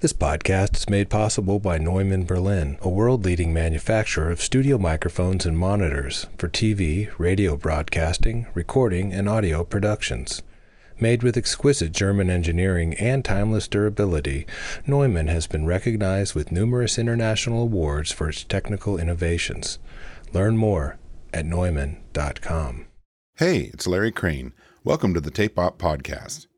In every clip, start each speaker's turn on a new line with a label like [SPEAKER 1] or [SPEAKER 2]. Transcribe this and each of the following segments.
[SPEAKER 1] This podcast is made possible by Neumann Berlin, a world leading manufacturer of studio microphones and monitors for TV, radio broadcasting, recording, and audio productions. Made with exquisite German engineering and timeless durability, Neumann has been recognized with numerous international awards for its technical innovations. Learn more at neumann.com.
[SPEAKER 2] Hey, it's Larry Crane. Welcome to the Tape Op Podcast.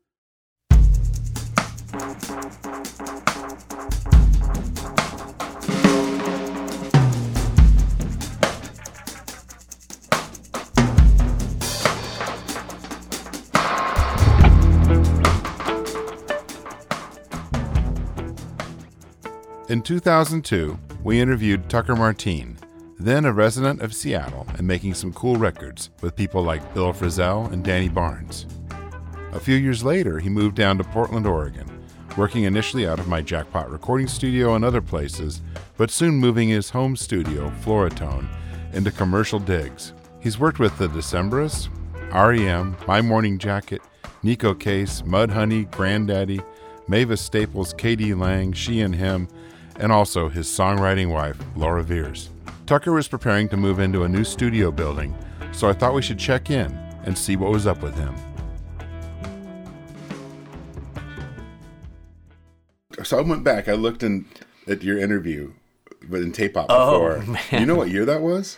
[SPEAKER 2] In 2002, we interviewed Tucker Martine, then a resident of Seattle and making some cool records with people like Bill Frisell and Danny Barnes. A few years later, he moved down to Portland, Oregon, working initially out of my Jackpot recording studio and other places, but soon moving his home studio, Floritone, into commercial digs. He's worked with The Decemberists, REM, My Morning Jacket, Nico Case, Mudhoney, Granddaddy, Mavis Staples, Katie Lang, She and Him, and also his songwriting wife, Laura Veers. Tucker was preparing to move into a new studio building, so I thought we should check in and see what was up with him. So I went back, I looked in at your interview, but in tape out
[SPEAKER 3] Oh,
[SPEAKER 2] before.
[SPEAKER 3] man.
[SPEAKER 2] You know what year that was?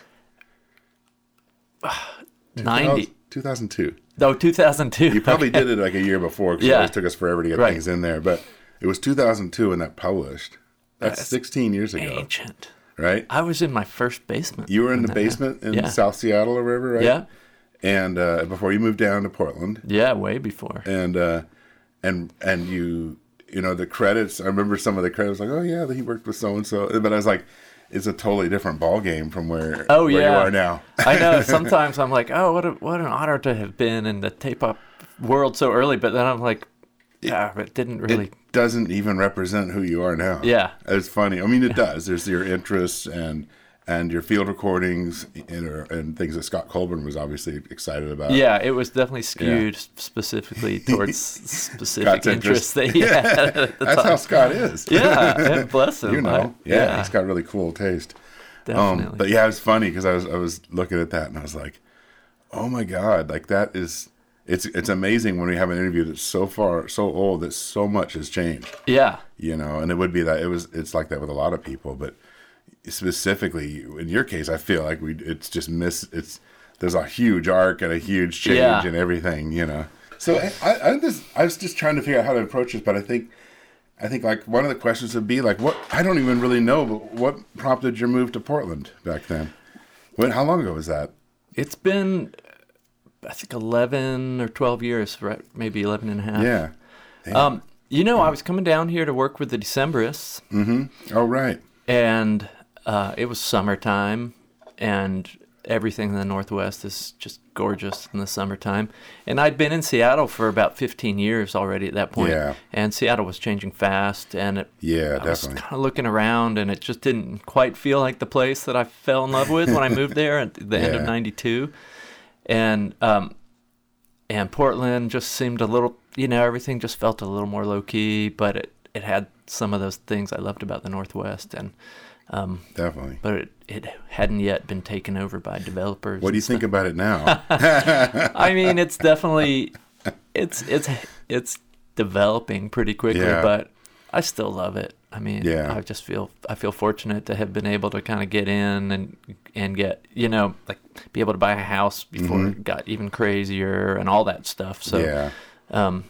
[SPEAKER 3] 90.
[SPEAKER 2] 2002.
[SPEAKER 3] No, 2002.
[SPEAKER 2] You probably did it like a year before because it
[SPEAKER 3] Yeah.
[SPEAKER 2] always took us forever to get
[SPEAKER 3] Right.
[SPEAKER 2] things in there. But it was 2002 when that published. That's, 16 years ago,
[SPEAKER 3] Ancient.
[SPEAKER 2] right?
[SPEAKER 3] I was in my first basement.
[SPEAKER 2] You were in
[SPEAKER 3] when
[SPEAKER 2] the
[SPEAKER 3] that happened.
[SPEAKER 2] basement in
[SPEAKER 3] Yeah.
[SPEAKER 2] South Seattle or wherever, right?
[SPEAKER 3] Yeah.
[SPEAKER 2] And uh, before you moved down to Portland,
[SPEAKER 3] Yeah, way before.
[SPEAKER 2] and uh, and and you you know the credits. I remember some of the credits like, oh yeah, he worked with so and so. But I was like, it's a totally different ball game from where
[SPEAKER 3] Oh,
[SPEAKER 2] where
[SPEAKER 3] yeah.
[SPEAKER 2] you are now.
[SPEAKER 3] I know. Sometimes I'm like, oh, what a, what an honor to have been in the tape up world so early, but then I'm like, yeah, but it didn't really.
[SPEAKER 2] It doesn't even represent who you are now.
[SPEAKER 3] Yeah.
[SPEAKER 2] it's funny. I mean, it does. There's your interests and and your field recordings and, or, and things that Scott Colburn was obviously excited about.
[SPEAKER 3] yeah, it was definitely skewed s- specifically towards s- specific
[SPEAKER 2] Scott's interest.
[SPEAKER 3] interests that he had at the
[SPEAKER 2] that's how
[SPEAKER 3] time.
[SPEAKER 2] Scott is.
[SPEAKER 3] yeah, and bless him.
[SPEAKER 2] you know,
[SPEAKER 3] I-
[SPEAKER 2] yeah, he's got really cool taste.
[SPEAKER 3] definitely.
[SPEAKER 2] Um, but yeah, it was funny because I was I was looking at that and I was like, oh my god, like that is it's it's amazing when we have an interview that's so far so old that so much has changed,
[SPEAKER 3] yeah,
[SPEAKER 2] you know. And it would be that it was it's like that with a lot of people, but specifically in your case, I feel like we it's just miss it's there's a huge arc and a huge change
[SPEAKER 3] Yeah.
[SPEAKER 2] and everything, you know. So I, I, I just I was just trying to figure out how to approach this, but I think I think like one of the questions would be like what I don't even really know, but what prompted your move to Portland back then? When how long ago was that?
[SPEAKER 3] it's been, I think, 11 or 12 years, right? Maybe 11 and a half.
[SPEAKER 2] Yeah.
[SPEAKER 3] Um, you know, I was coming down here to work with the Decemberists,
[SPEAKER 2] Oh right.
[SPEAKER 3] and uh, it was summertime, and everything in the Northwest is just gorgeous in the summertime. And I'd been in Seattle for about 15 years already at that point,
[SPEAKER 2] Yeah.
[SPEAKER 3] and Seattle was changing fast, and it,
[SPEAKER 2] Yeah,
[SPEAKER 3] I was
[SPEAKER 2] definitely.
[SPEAKER 3] kind of looking around, and it just didn't quite feel like the place that I fell in love with when I moved there at the end of
[SPEAKER 2] Yeah.
[SPEAKER 3] '92, and um, and Portland just seemed a little, you know, everything just felt a little more low key, but it it had some of those things I loved about the Northwest, and um,
[SPEAKER 2] Definitely.
[SPEAKER 3] but it it hadn't yet been taken over by developers.
[SPEAKER 2] What do you think about it now?
[SPEAKER 3] I mean, it's definitely it's it's it's developing pretty quickly,
[SPEAKER 2] Yeah.
[SPEAKER 3] but I still love it. I mean,
[SPEAKER 2] Yeah.
[SPEAKER 3] I just feel I feel fortunate to have been able to kind of get in and and get you know like be able to buy a house before it got even crazier and all that stuff. So
[SPEAKER 2] Mm-hmm. yeah.
[SPEAKER 3] um,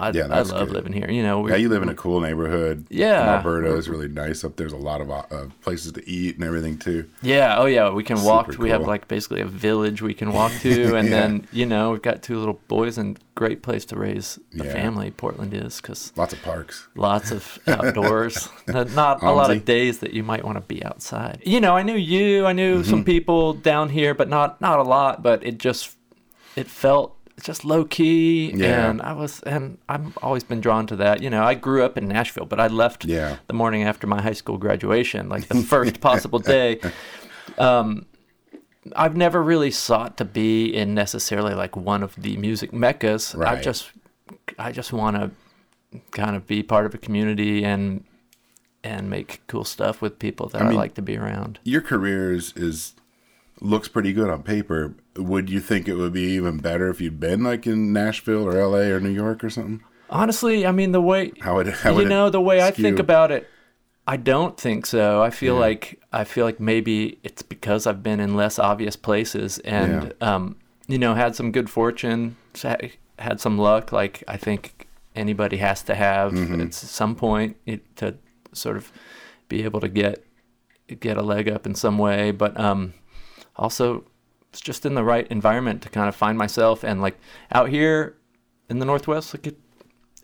[SPEAKER 3] I
[SPEAKER 2] Yeah,
[SPEAKER 3] I
[SPEAKER 2] that's
[SPEAKER 3] love
[SPEAKER 2] good.
[SPEAKER 3] living here. You know, we,
[SPEAKER 2] Yeah, you live in a cool neighborhood.
[SPEAKER 3] Yeah.
[SPEAKER 2] Alberta is really nice up there's a lot of uh, places to eat and everything too.
[SPEAKER 3] Yeah. Oh, yeah. We can walk.
[SPEAKER 2] Super
[SPEAKER 3] We have
[SPEAKER 2] cool.
[SPEAKER 3] like basically a village we can walk to, and then you know we've got two little boys and great place to raise a
[SPEAKER 2] Yeah.
[SPEAKER 3] family. Portland is because
[SPEAKER 2] Lots of parks.
[SPEAKER 3] lots of outdoors, not not a lot
[SPEAKER 2] Omzi.
[SPEAKER 3] of days that you might want to be outside. Mm-hmm. You know, I knew you. I knew some people down here, but not not a lot. But it just it felt just low key,
[SPEAKER 2] Yeah.
[SPEAKER 3] and I was and I've always been drawn to that. You know, I grew up in Nashville, but I left
[SPEAKER 2] Yeah.
[SPEAKER 3] the morning after my high school graduation, like the first possible day. Um, I've never really sought to be in necessarily like one of the music meccas. I
[SPEAKER 2] Right.
[SPEAKER 3] just, I just want to kind of be part of a community and and make cool stuff with people that
[SPEAKER 2] I
[SPEAKER 3] I,
[SPEAKER 2] mean-
[SPEAKER 3] like to be around.
[SPEAKER 2] Your career is, is looks pretty good on paper. Would you think it would be even better if you'd been like in Nashville or L.A. or New York or something?
[SPEAKER 3] Honestly, I mean the way
[SPEAKER 2] How would how would
[SPEAKER 3] you know
[SPEAKER 2] it
[SPEAKER 3] the way I think
[SPEAKER 2] skew?
[SPEAKER 3] about it. I don't think so. I feel like I feel like maybe it's because I've been in less obvious places and um, you know had some good fortune, sa- had some luck. Like I think anybody has to have at some point it, to sort of be able to get get a leg up in some way. But um, also it's just in the right environment to kind of find myself and like out here in the northwest like it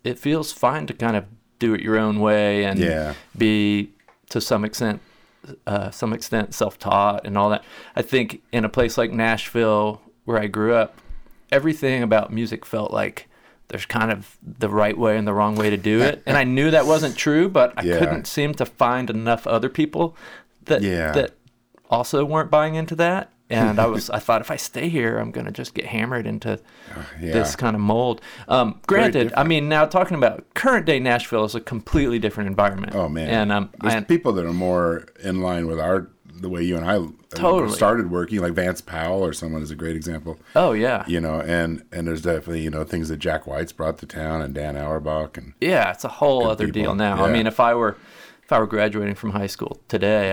[SPEAKER 3] it feels fine to kind of do it your own way and
[SPEAKER 2] Yeah.
[SPEAKER 3] be to some extent uh, some extent self-taught and all that i think in a place like nashville where i grew up everything about music felt like there's kind of the right way and the wrong way to do it and i knew that wasn't true but i
[SPEAKER 2] Yeah.
[SPEAKER 3] couldn't seem to find enough other people that
[SPEAKER 2] Yeah.
[SPEAKER 3] that also weren't buying into that. And I was, I thought if I stay here, I'm gonna just get hammered into
[SPEAKER 2] yeah.
[SPEAKER 3] this kind of mold. Um, granted, I mean, now talking about current day Nashville is a completely different environment.
[SPEAKER 2] Oh man,
[SPEAKER 3] and um,
[SPEAKER 2] there's
[SPEAKER 3] I-
[SPEAKER 2] people that are more in line with our the way you and I uh,
[SPEAKER 3] Totally.
[SPEAKER 2] started working, like Vance Powell or someone is a great example.
[SPEAKER 3] oh yeah, yeah,
[SPEAKER 2] You know, and and there's definitely you know things that Jack White's brought to town and Dan Auerbach and
[SPEAKER 3] it's a whole other
[SPEAKER 2] people,
[SPEAKER 3] deal now. I
[SPEAKER 2] yeah.
[SPEAKER 3] mean, if I were, if I were graduating from high school today,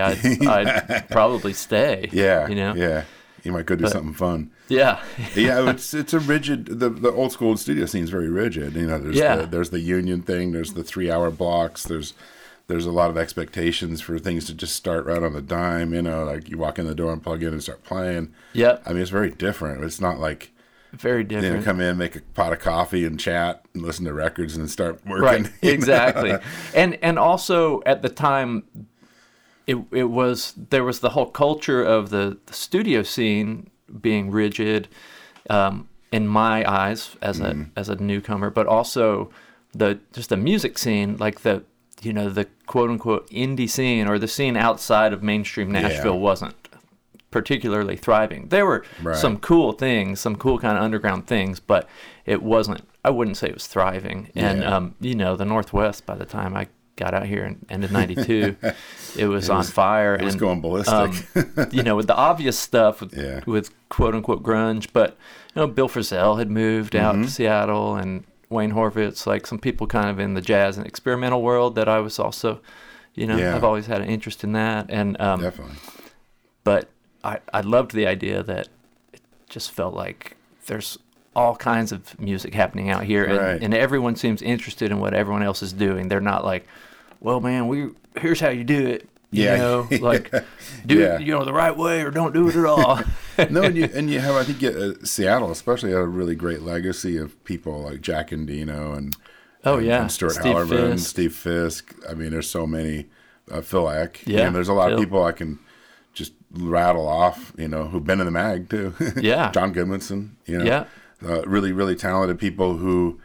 [SPEAKER 3] I'd, I'd probably stay.
[SPEAKER 2] yeah,
[SPEAKER 3] you know,
[SPEAKER 2] yeah, you might go do something fun.
[SPEAKER 3] yeah,
[SPEAKER 2] yeah, oh, it's it's a rigid. The, the old school studio scene's very rigid. You know, there's
[SPEAKER 3] Yeah.
[SPEAKER 2] the, there's the union thing. There's the three hour blocks. There's there's a lot of expectations for things to just start right on the dime. You know, like you walk in the door and plug in and start playing.
[SPEAKER 3] Yep. Mm-hmm.
[SPEAKER 2] I mean, it's very different. It's not like
[SPEAKER 3] very
[SPEAKER 2] you
[SPEAKER 3] different.
[SPEAKER 2] know, come in, make a pot of coffee, and chat, and listen to records, and start working.
[SPEAKER 3] right exactly and and also at the time it it was there was the whole culture of the, the studio scene being rigid um, in my eyes as
[SPEAKER 2] Mm-hmm.
[SPEAKER 3] a as a newcomer but also the just the music scene like the you know the quote unquote indie scene or the scene outside of mainstream Nashville wasn't particularly thriving. There were
[SPEAKER 2] Right.
[SPEAKER 3] some cool things, some cool kind of underground things, but it wasn't. I wouldn't say it was thriving. And
[SPEAKER 2] Yeah.
[SPEAKER 3] um, you know, the Northwest by the time I got out here and ended '92, it was on fire.
[SPEAKER 2] It was
[SPEAKER 3] and,
[SPEAKER 2] going ballistic.
[SPEAKER 3] um, you know, with the obvious stuff with,
[SPEAKER 2] Yeah.
[SPEAKER 3] with quote unquote grunge, but you know, Bill Frisell had moved out
[SPEAKER 2] Mm-hmm.
[SPEAKER 3] to Seattle and Wayne Horvitz, like some people kind of in the jazz and experimental world that I was also, you know,
[SPEAKER 2] Yeah.
[SPEAKER 3] I've always had an interest in that. And um,
[SPEAKER 2] Definitely.
[SPEAKER 3] but I, I loved the idea that it just felt like there's all kinds of music happening out here and,
[SPEAKER 2] Right.
[SPEAKER 3] and everyone seems interested in what everyone else is doing they're not like well man we here's how you do it you
[SPEAKER 2] Yeah.
[SPEAKER 3] know like do
[SPEAKER 2] Yeah.
[SPEAKER 3] it you know the right way or don't do it at all
[SPEAKER 2] no, and you and you have I think uh, Seattle especially had a really great legacy of people like Jack and Dino and
[SPEAKER 3] Oh,
[SPEAKER 2] and-
[SPEAKER 3] yeah.
[SPEAKER 2] and Stuart
[SPEAKER 3] Steve
[SPEAKER 2] Hallerman,
[SPEAKER 3] Fisk.
[SPEAKER 2] Steve Fisk. I mean, there's so many uh, Phil Eck. You
[SPEAKER 3] Yeah,
[SPEAKER 2] know, there's a lot
[SPEAKER 3] Phil.
[SPEAKER 2] of people I can just rattle off. You know, who've been in the mag too.
[SPEAKER 3] Yeah.
[SPEAKER 2] John Goodmanson. You know,
[SPEAKER 3] Yeah.
[SPEAKER 2] uh, really really talented people who.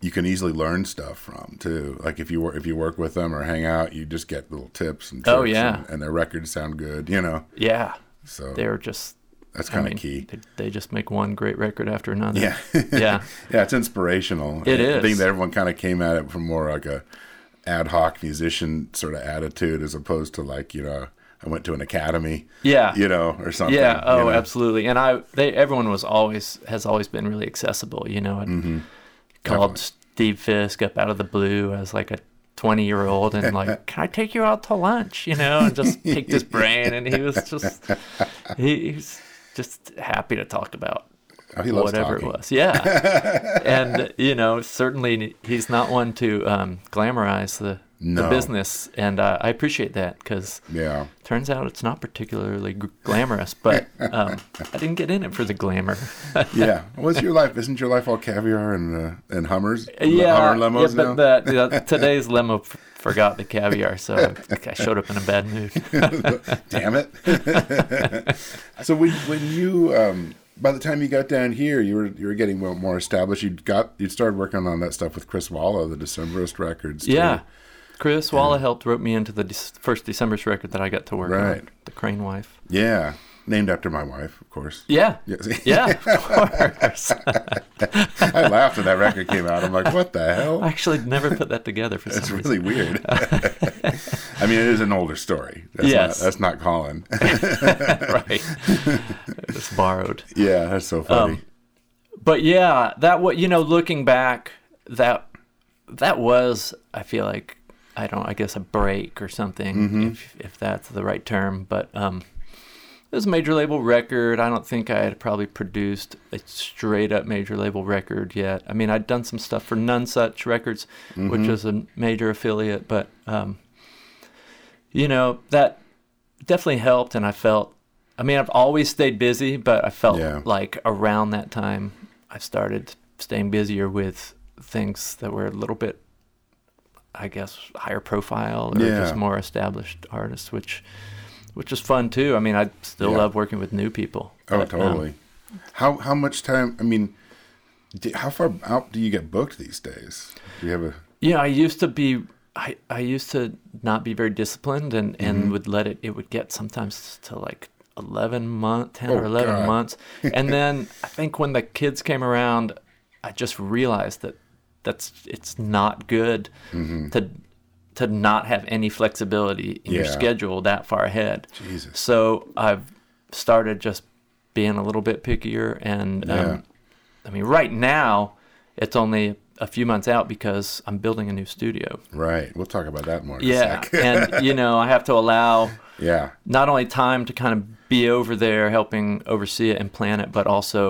[SPEAKER 2] You can easily learn stuff from too. Like if you work if you work with them or hang out, you just get little tips and
[SPEAKER 3] Oh,
[SPEAKER 2] tricks
[SPEAKER 3] yeah.
[SPEAKER 2] and, and their records sound good, you know.
[SPEAKER 3] yeah
[SPEAKER 2] So
[SPEAKER 3] they're just
[SPEAKER 2] that's
[SPEAKER 3] I
[SPEAKER 2] kind of
[SPEAKER 3] mean,
[SPEAKER 2] key.
[SPEAKER 3] they, they just make one great record after another
[SPEAKER 2] Yeah.
[SPEAKER 3] yeah
[SPEAKER 2] Yeah, it's inspirational.
[SPEAKER 3] It
[SPEAKER 2] I think
[SPEAKER 3] is.
[SPEAKER 2] that everyone kind of came at it from more like a ad hoc musician sort of attitude, as opposed to like you know I went to an academy,
[SPEAKER 3] yeah
[SPEAKER 2] you know, or something.
[SPEAKER 3] Yeah. Oh,
[SPEAKER 2] you know?
[SPEAKER 3] absolutely. And I, they, everyone was always has always been really accessible. You know, I
[SPEAKER 2] Mm-hmm.
[SPEAKER 3] called Steve Fisk up out of the blue as like a twenty year old and like, can I take you out to lunch? You know, and just picked his brain, and he was just he, he's just happy to talk about
[SPEAKER 2] Oh, he loves
[SPEAKER 3] whatever
[SPEAKER 2] talking.
[SPEAKER 3] it was. Yeah. and you know, certainly he's not one to um, glamorize the.
[SPEAKER 2] No.
[SPEAKER 3] The business, and uh, I appreciate that because
[SPEAKER 2] Yeah.
[SPEAKER 3] Turns out it's not particularly g- glamorous, but um, I didn't get in it for the glamour.
[SPEAKER 2] Yeah. What's your life? Isn't your life all caviar and uh, and Hummers? Hummer
[SPEAKER 3] yeah,
[SPEAKER 2] limos now.
[SPEAKER 3] but that, yeah, today's limo f- forgot the caviar, so I, think I showed up in a bad mood.
[SPEAKER 2] Damn it. so when when you um, by the time you got down here, you were you were getting more, more established. You would got you would started working on that stuff with Chris Walla, the Decemberist Records. too.
[SPEAKER 3] yeah, Chris Walla helped wrote me into the de- first December's record that I got to work
[SPEAKER 2] Right.
[SPEAKER 3] on, the Crane Wife.
[SPEAKER 2] Yeah. Named after my wife, of course.
[SPEAKER 3] Yeah.
[SPEAKER 2] Yes.
[SPEAKER 3] Yeah, of course.
[SPEAKER 2] I laughed when that record came out. I'm like, what the
[SPEAKER 3] I
[SPEAKER 2] hell?
[SPEAKER 3] actually never put that together for some
[SPEAKER 2] That's
[SPEAKER 3] reason.
[SPEAKER 2] really weird. I mean, it is an older story. That's
[SPEAKER 3] Yes.
[SPEAKER 2] Not, that's not Colin.
[SPEAKER 3] right. it's borrowed.
[SPEAKER 2] yeah, that's so
[SPEAKER 3] Um,
[SPEAKER 2] funny.
[SPEAKER 3] But yeah, that what you know, looking back, that that was I feel like I don't I guess a break or something if if that's the right term, but um it was a major label record. I don't think I had probably produced a straight up major label record yet. I mean, I'd done some stuff for None Such Records,
[SPEAKER 2] Mm-hmm.
[SPEAKER 3] which is a major affiliate, but um, you know that definitely helped. And I felt, I mean, I've always stayed busy, but I felt
[SPEAKER 2] Yeah.
[SPEAKER 3] like around that time I started staying busier with things that were a little bit, I guess, higher profile or
[SPEAKER 2] Yeah.
[SPEAKER 3] just more established artists, which which is fun too. I mean, I still
[SPEAKER 2] Yeah.
[SPEAKER 3] love working with new people.
[SPEAKER 2] oh,
[SPEAKER 3] but, um,
[SPEAKER 2] totally. how how much time? I mean, d how far out do you get booked these days? Do you have a
[SPEAKER 3] you know, I used to be. I, I used to not be very disciplined and,
[SPEAKER 2] Mm-hmm.
[SPEAKER 3] and would let it it would get sometimes to like 11 month 10 or
[SPEAKER 2] Oh,
[SPEAKER 3] 11
[SPEAKER 2] God.
[SPEAKER 3] months and then i think when the kids came around i just realized that that's it's not good to to not have any flexibility in your
[SPEAKER 2] Mm-hmm. Yeah.
[SPEAKER 3] schedule that far ahead
[SPEAKER 2] Jesus.
[SPEAKER 3] so i've started just being a little bit pickier and
[SPEAKER 2] Yeah.
[SPEAKER 3] um, i mean right now it's only a few months out because i'm building a new studio
[SPEAKER 2] Right. We'll talk about that more. In
[SPEAKER 3] yeah
[SPEAKER 2] A sec.
[SPEAKER 3] and you know i have to allow
[SPEAKER 2] Yeah.
[SPEAKER 3] not only time to kind of be over there helping oversee it and plan it, but also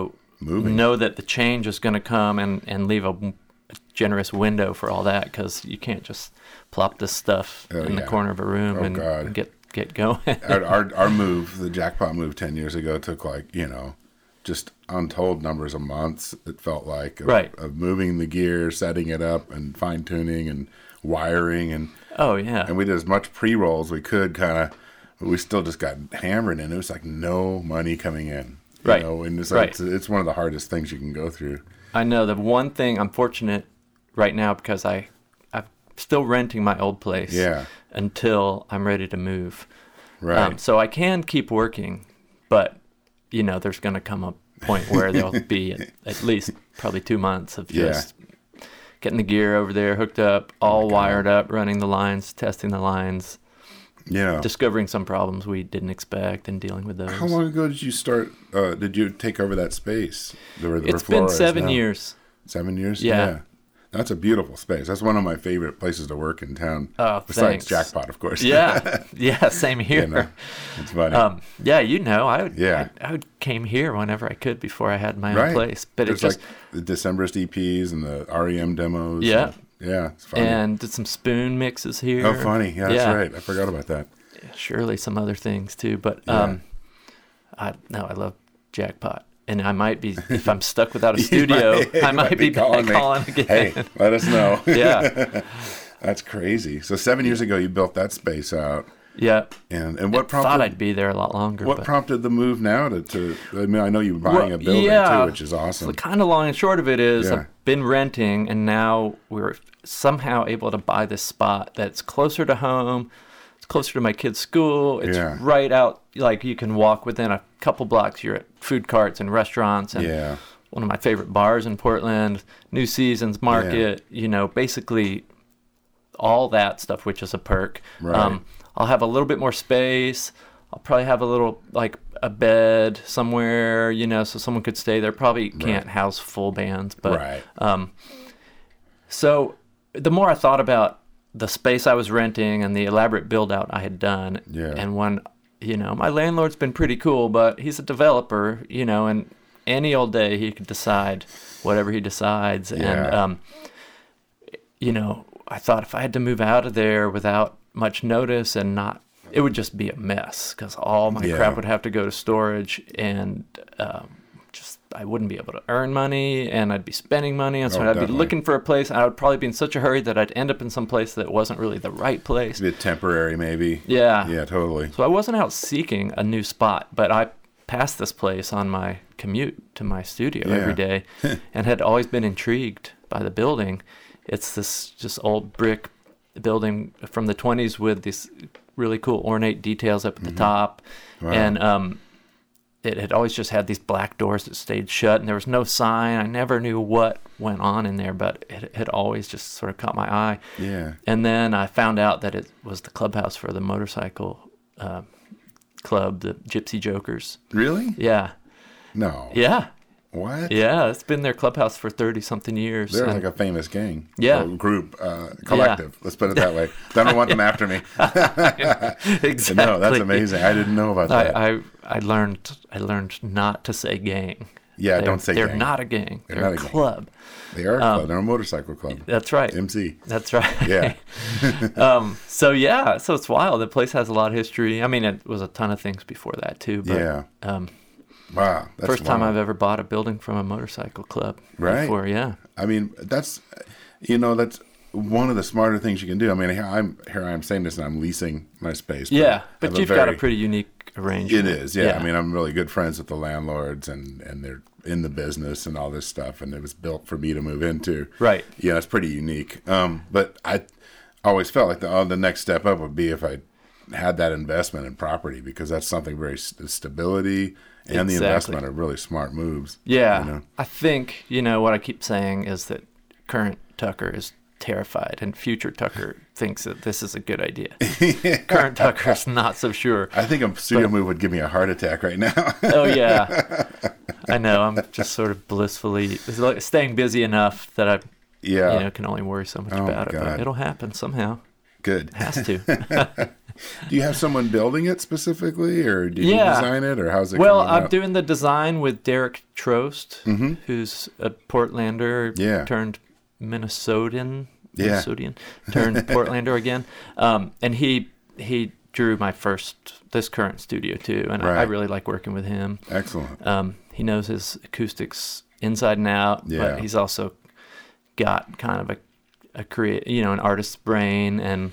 [SPEAKER 2] Moving.
[SPEAKER 3] know that the change is going to come and, and leave a, w- a generous window for all that because you can't just plop this stuff
[SPEAKER 2] Oh,
[SPEAKER 3] in the
[SPEAKER 2] yeah.
[SPEAKER 3] corner of a room
[SPEAKER 2] Oh,
[SPEAKER 3] and
[SPEAKER 2] God.
[SPEAKER 3] get get going.
[SPEAKER 2] our, our our move, the jackpot move ten years ago, took like you know, just untold numbers of months. It felt like of,
[SPEAKER 3] Right.
[SPEAKER 2] of moving the gear, setting it up, and fine tuning and wiring, and
[SPEAKER 3] oh yeah,
[SPEAKER 2] and we did as much pre roll as we could, kind of. But we still just got hammered, and it was like no money coming in. You
[SPEAKER 3] Right.
[SPEAKER 2] know, and it's
[SPEAKER 3] Right.
[SPEAKER 2] like it's, it's one of the hardest things you can go through.
[SPEAKER 3] I know. The one thing I'm fortunate right now because I I'm still renting my old place.
[SPEAKER 2] Yeah.
[SPEAKER 3] Until I'm ready to move.
[SPEAKER 2] Right.
[SPEAKER 3] Um, so I can keep working, but you know, there's going to come a point where there'll be at, at least probably two months of
[SPEAKER 2] Yeah. Oh
[SPEAKER 3] just getting the gear over there hooked up, all wired up, running the lines, testing the lines,
[SPEAKER 2] yeah.
[SPEAKER 3] discovering some problems we didn't expect, and dealing with those.
[SPEAKER 2] How long ago did you start? Uh, did you take over that space? The, the
[SPEAKER 3] It's been seven
[SPEAKER 2] years.
[SPEAKER 3] years.
[SPEAKER 2] Seven years?
[SPEAKER 3] Yeah.
[SPEAKER 2] That's a beautiful space. That's one of my favorite places to work in town.
[SPEAKER 3] Oh,
[SPEAKER 2] Besides
[SPEAKER 3] thanks.
[SPEAKER 2] Jackpot, of course.
[SPEAKER 3] Yeah, yeah, same here.
[SPEAKER 2] you know, it's funny.
[SPEAKER 3] Um, yeah, you know, I would,
[SPEAKER 2] Yeah.
[SPEAKER 3] I, I would came here whenever I could before I had my
[SPEAKER 2] right.
[SPEAKER 3] own place, but
[SPEAKER 2] There's
[SPEAKER 3] it just
[SPEAKER 2] like the Decemberist EPs and the REM demos.
[SPEAKER 3] Yeah.
[SPEAKER 2] and- yeah. It's funny.
[SPEAKER 3] and did some spoon mixes here.
[SPEAKER 2] oh, funny. Yeah, that's right. I forgot about that.
[SPEAKER 3] surely some other things too. But
[SPEAKER 2] Yeah.
[SPEAKER 3] um, I no, I love jackpot, and I might be if I'm stuck without a studio,
[SPEAKER 2] You
[SPEAKER 3] I might, be, calling,
[SPEAKER 2] me.
[SPEAKER 3] calling again.
[SPEAKER 2] Hey, let us know.
[SPEAKER 3] yeah,
[SPEAKER 2] that's crazy. So seven years ago, you built that space out,
[SPEAKER 3] yeah.
[SPEAKER 2] and and what
[SPEAKER 3] Thought
[SPEAKER 2] prompted
[SPEAKER 3] I'd be there a lot longer.
[SPEAKER 2] what
[SPEAKER 3] but
[SPEAKER 2] prompted the move now to, to I mean I know you're buying
[SPEAKER 3] Well,
[SPEAKER 2] a building
[SPEAKER 3] yeah.
[SPEAKER 2] too, which is awesome.
[SPEAKER 3] the kind of long and short of it is
[SPEAKER 2] Yeah.
[SPEAKER 3] I've been renting, and now we're somehow able to buy this spot that's closer to home. It's closer to my kids' school. It's
[SPEAKER 2] Yeah.
[SPEAKER 3] right out like you can walk within a couple blocks. You're at food carts and restaurants, and
[SPEAKER 2] yeah.
[SPEAKER 3] one of my favorite bars in Portland, New Seasons Market, you know, basically all that stuff, which is a perk. Um,
[SPEAKER 2] Right.
[SPEAKER 3] I'll have a little bit more space. I'll probably have a little, like, a bed somewhere, you know, so someone could stay there. Probably can't house full bands, but
[SPEAKER 2] right.
[SPEAKER 3] so the more I thought about the space I was renting and the elaborate build out I had done,
[SPEAKER 2] Yeah.
[SPEAKER 3] and when you know my landlord's been pretty cool, but he's a developer, you know, and any old day he could decide whatever he decides,
[SPEAKER 2] Yeah.
[SPEAKER 3] and um, you know, I thought if I had to move out of there without much notice and not, it would just be a mess because all my
[SPEAKER 2] Yeah.
[SPEAKER 3] crap would have to go to storage and. Um, just I wouldn't be able to earn money, and I'd be spending money, and so
[SPEAKER 2] Oh,
[SPEAKER 3] I'd be
[SPEAKER 2] definitely.
[SPEAKER 3] looking for a place and I would probably be in such a hurry that I'd end up in some place that wasn't really the right place.
[SPEAKER 2] bit temporary maybe
[SPEAKER 3] Yeah.
[SPEAKER 2] yeah totally
[SPEAKER 3] So I wasn't out seeking a new spot, but I passed this place on my commute to my studio every
[SPEAKER 2] Yeah.
[SPEAKER 3] day and had always been intrigued by the building. It's this just old brick building from the 20s with these really cool ornate details up at the top. And um it had always just had these black doors that stayed shut and there was no sign. I never knew what went on in there, but it had always just sort of caught my eye.
[SPEAKER 2] Yeah.
[SPEAKER 3] And then I found out that it was the clubhouse for the motorcycle uh, club, the Gypsy Jokers.
[SPEAKER 2] Really?
[SPEAKER 3] Yeah.
[SPEAKER 2] No.
[SPEAKER 3] Yeah.
[SPEAKER 2] What?
[SPEAKER 3] Yeah. It's been their clubhouse for 30 something years.
[SPEAKER 2] They're
[SPEAKER 3] And-
[SPEAKER 2] like a famous gang.
[SPEAKER 3] Yeah.
[SPEAKER 2] Or group, uh, collective. Let's put it that way. I don't want them after me.
[SPEAKER 3] exactly.
[SPEAKER 2] No, that's amazing. I didn't know about that.
[SPEAKER 3] I, I I learned I learned not to say gang.
[SPEAKER 2] Yeah,
[SPEAKER 3] They're-
[SPEAKER 2] don't say
[SPEAKER 3] they're
[SPEAKER 2] gang.
[SPEAKER 3] not a gang. They're,
[SPEAKER 2] They're
[SPEAKER 3] a
[SPEAKER 2] not a gang.
[SPEAKER 3] club.
[SPEAKER 2] they are a
[SPEAKER 3] um,
[SPEAKER 2] club. They're a motorcycle club.
[SPEAKER 3] That's right.
[SPEAKER 2] MC.
[SPEAKER 3] That's right.
[SPEAKER 2] Yeah.
[SPEAKER 3] um, so yeah, so it's wild. The place has a lot of history. I mean, it was a ton of things before that too. But
[SPEAKER 2] Yeah.
[SPEAKER 3] Um,
[SPEAKER 2] Wow. That's
[SPEAKER 3] first time
[SPEAKER 2] wild.
[SPEAKER 3] I've ever bought a building from a motorcycle club.
[SPEAKER 2] Right.
[SPEAKER 3] Before, yeah.
[SPEAKER 2] I mean, that's, you know, that's one of the smarter things you can do. I mean, here I'm here. I'm saying this, and I'm leasing my space. I
[SPEAKER 3] Yeah, but
[SPEAKER 2] have
[SPEAKER 3] you've got a
[SPEAKER 2] very-
[SPEAKER 3] pretty unique arrangement.
[SPEAKER 2] It is, yeah. I mean, I'm really good friends with the landlords, and and they're in the business and all this stuff, and it was built for me to move into.
[SPEAKER 3] Right.
[SPEAKER 2] Yeah, it's pretty unique. Um, but I always felt like the oh, the next step up would be if I had that investment in property because that's something very st- stability and
[SPEAKER 3] Exactly.
[SPEAKER 2] the investment are really smart moves.
[SPEAKER 3] Yeah.
[SPEAKER 2] you know?
[SPEAKER 3] I think, you know, what I keep saying is that current Tucker is terrified and future Tucker thinks that this is a good idea. current Tucker's not so sure.
[SPEAKER 2] I think a studio move would give me a heart attack right now.
[SPEAKER 3] Oh, yeah. I know. I'm just sort of blissfully it's like staying busy enough that I,
[SPEAKER 2] yeah,
[SPEAKER 3] you know, can only worry so much
[SPEAKER 2] Oh, my
[SPEAKER 3] about it. But
[SPEAKER 2] God.
[SPEAKER 3] it'll happen somehow.
[SPEAKER 2] good.
[SPEAKER 3] Has to.
[SPEAKER 2] Do you have someone building it specifically, or do you
[SPEAKER 3] Yeah.
[SPEAKER 2] design it, or how's it?
[SPEAKER 3] Well,
[SPEAKER 2] coming
[SPEAKER 3] I'm
[SPEAKER 2] out?
[SPEAKER 3] doing the design with Derek Trost, who's a Portlander
[SPEAKER 2] Yeah.
[SPEAKER 3] turned Minnesotan,
[SPEAKER 2] Yeah.
[SPEAKER 3] Minnesotian turned Portlander again, um, and he he drew my first this current studio too, and I, I
[SPEAKER 2] Right.
[SPEAKER 3] really like working with him.
[SPEAKER 2] excellent.
[SPEAKER 3] Um, he knows his acoustics inside and out,
[SPEAKER 2] Yeah.
[SPEAKER 3] but he's also got kind of a a create, you know, an artist's brain, and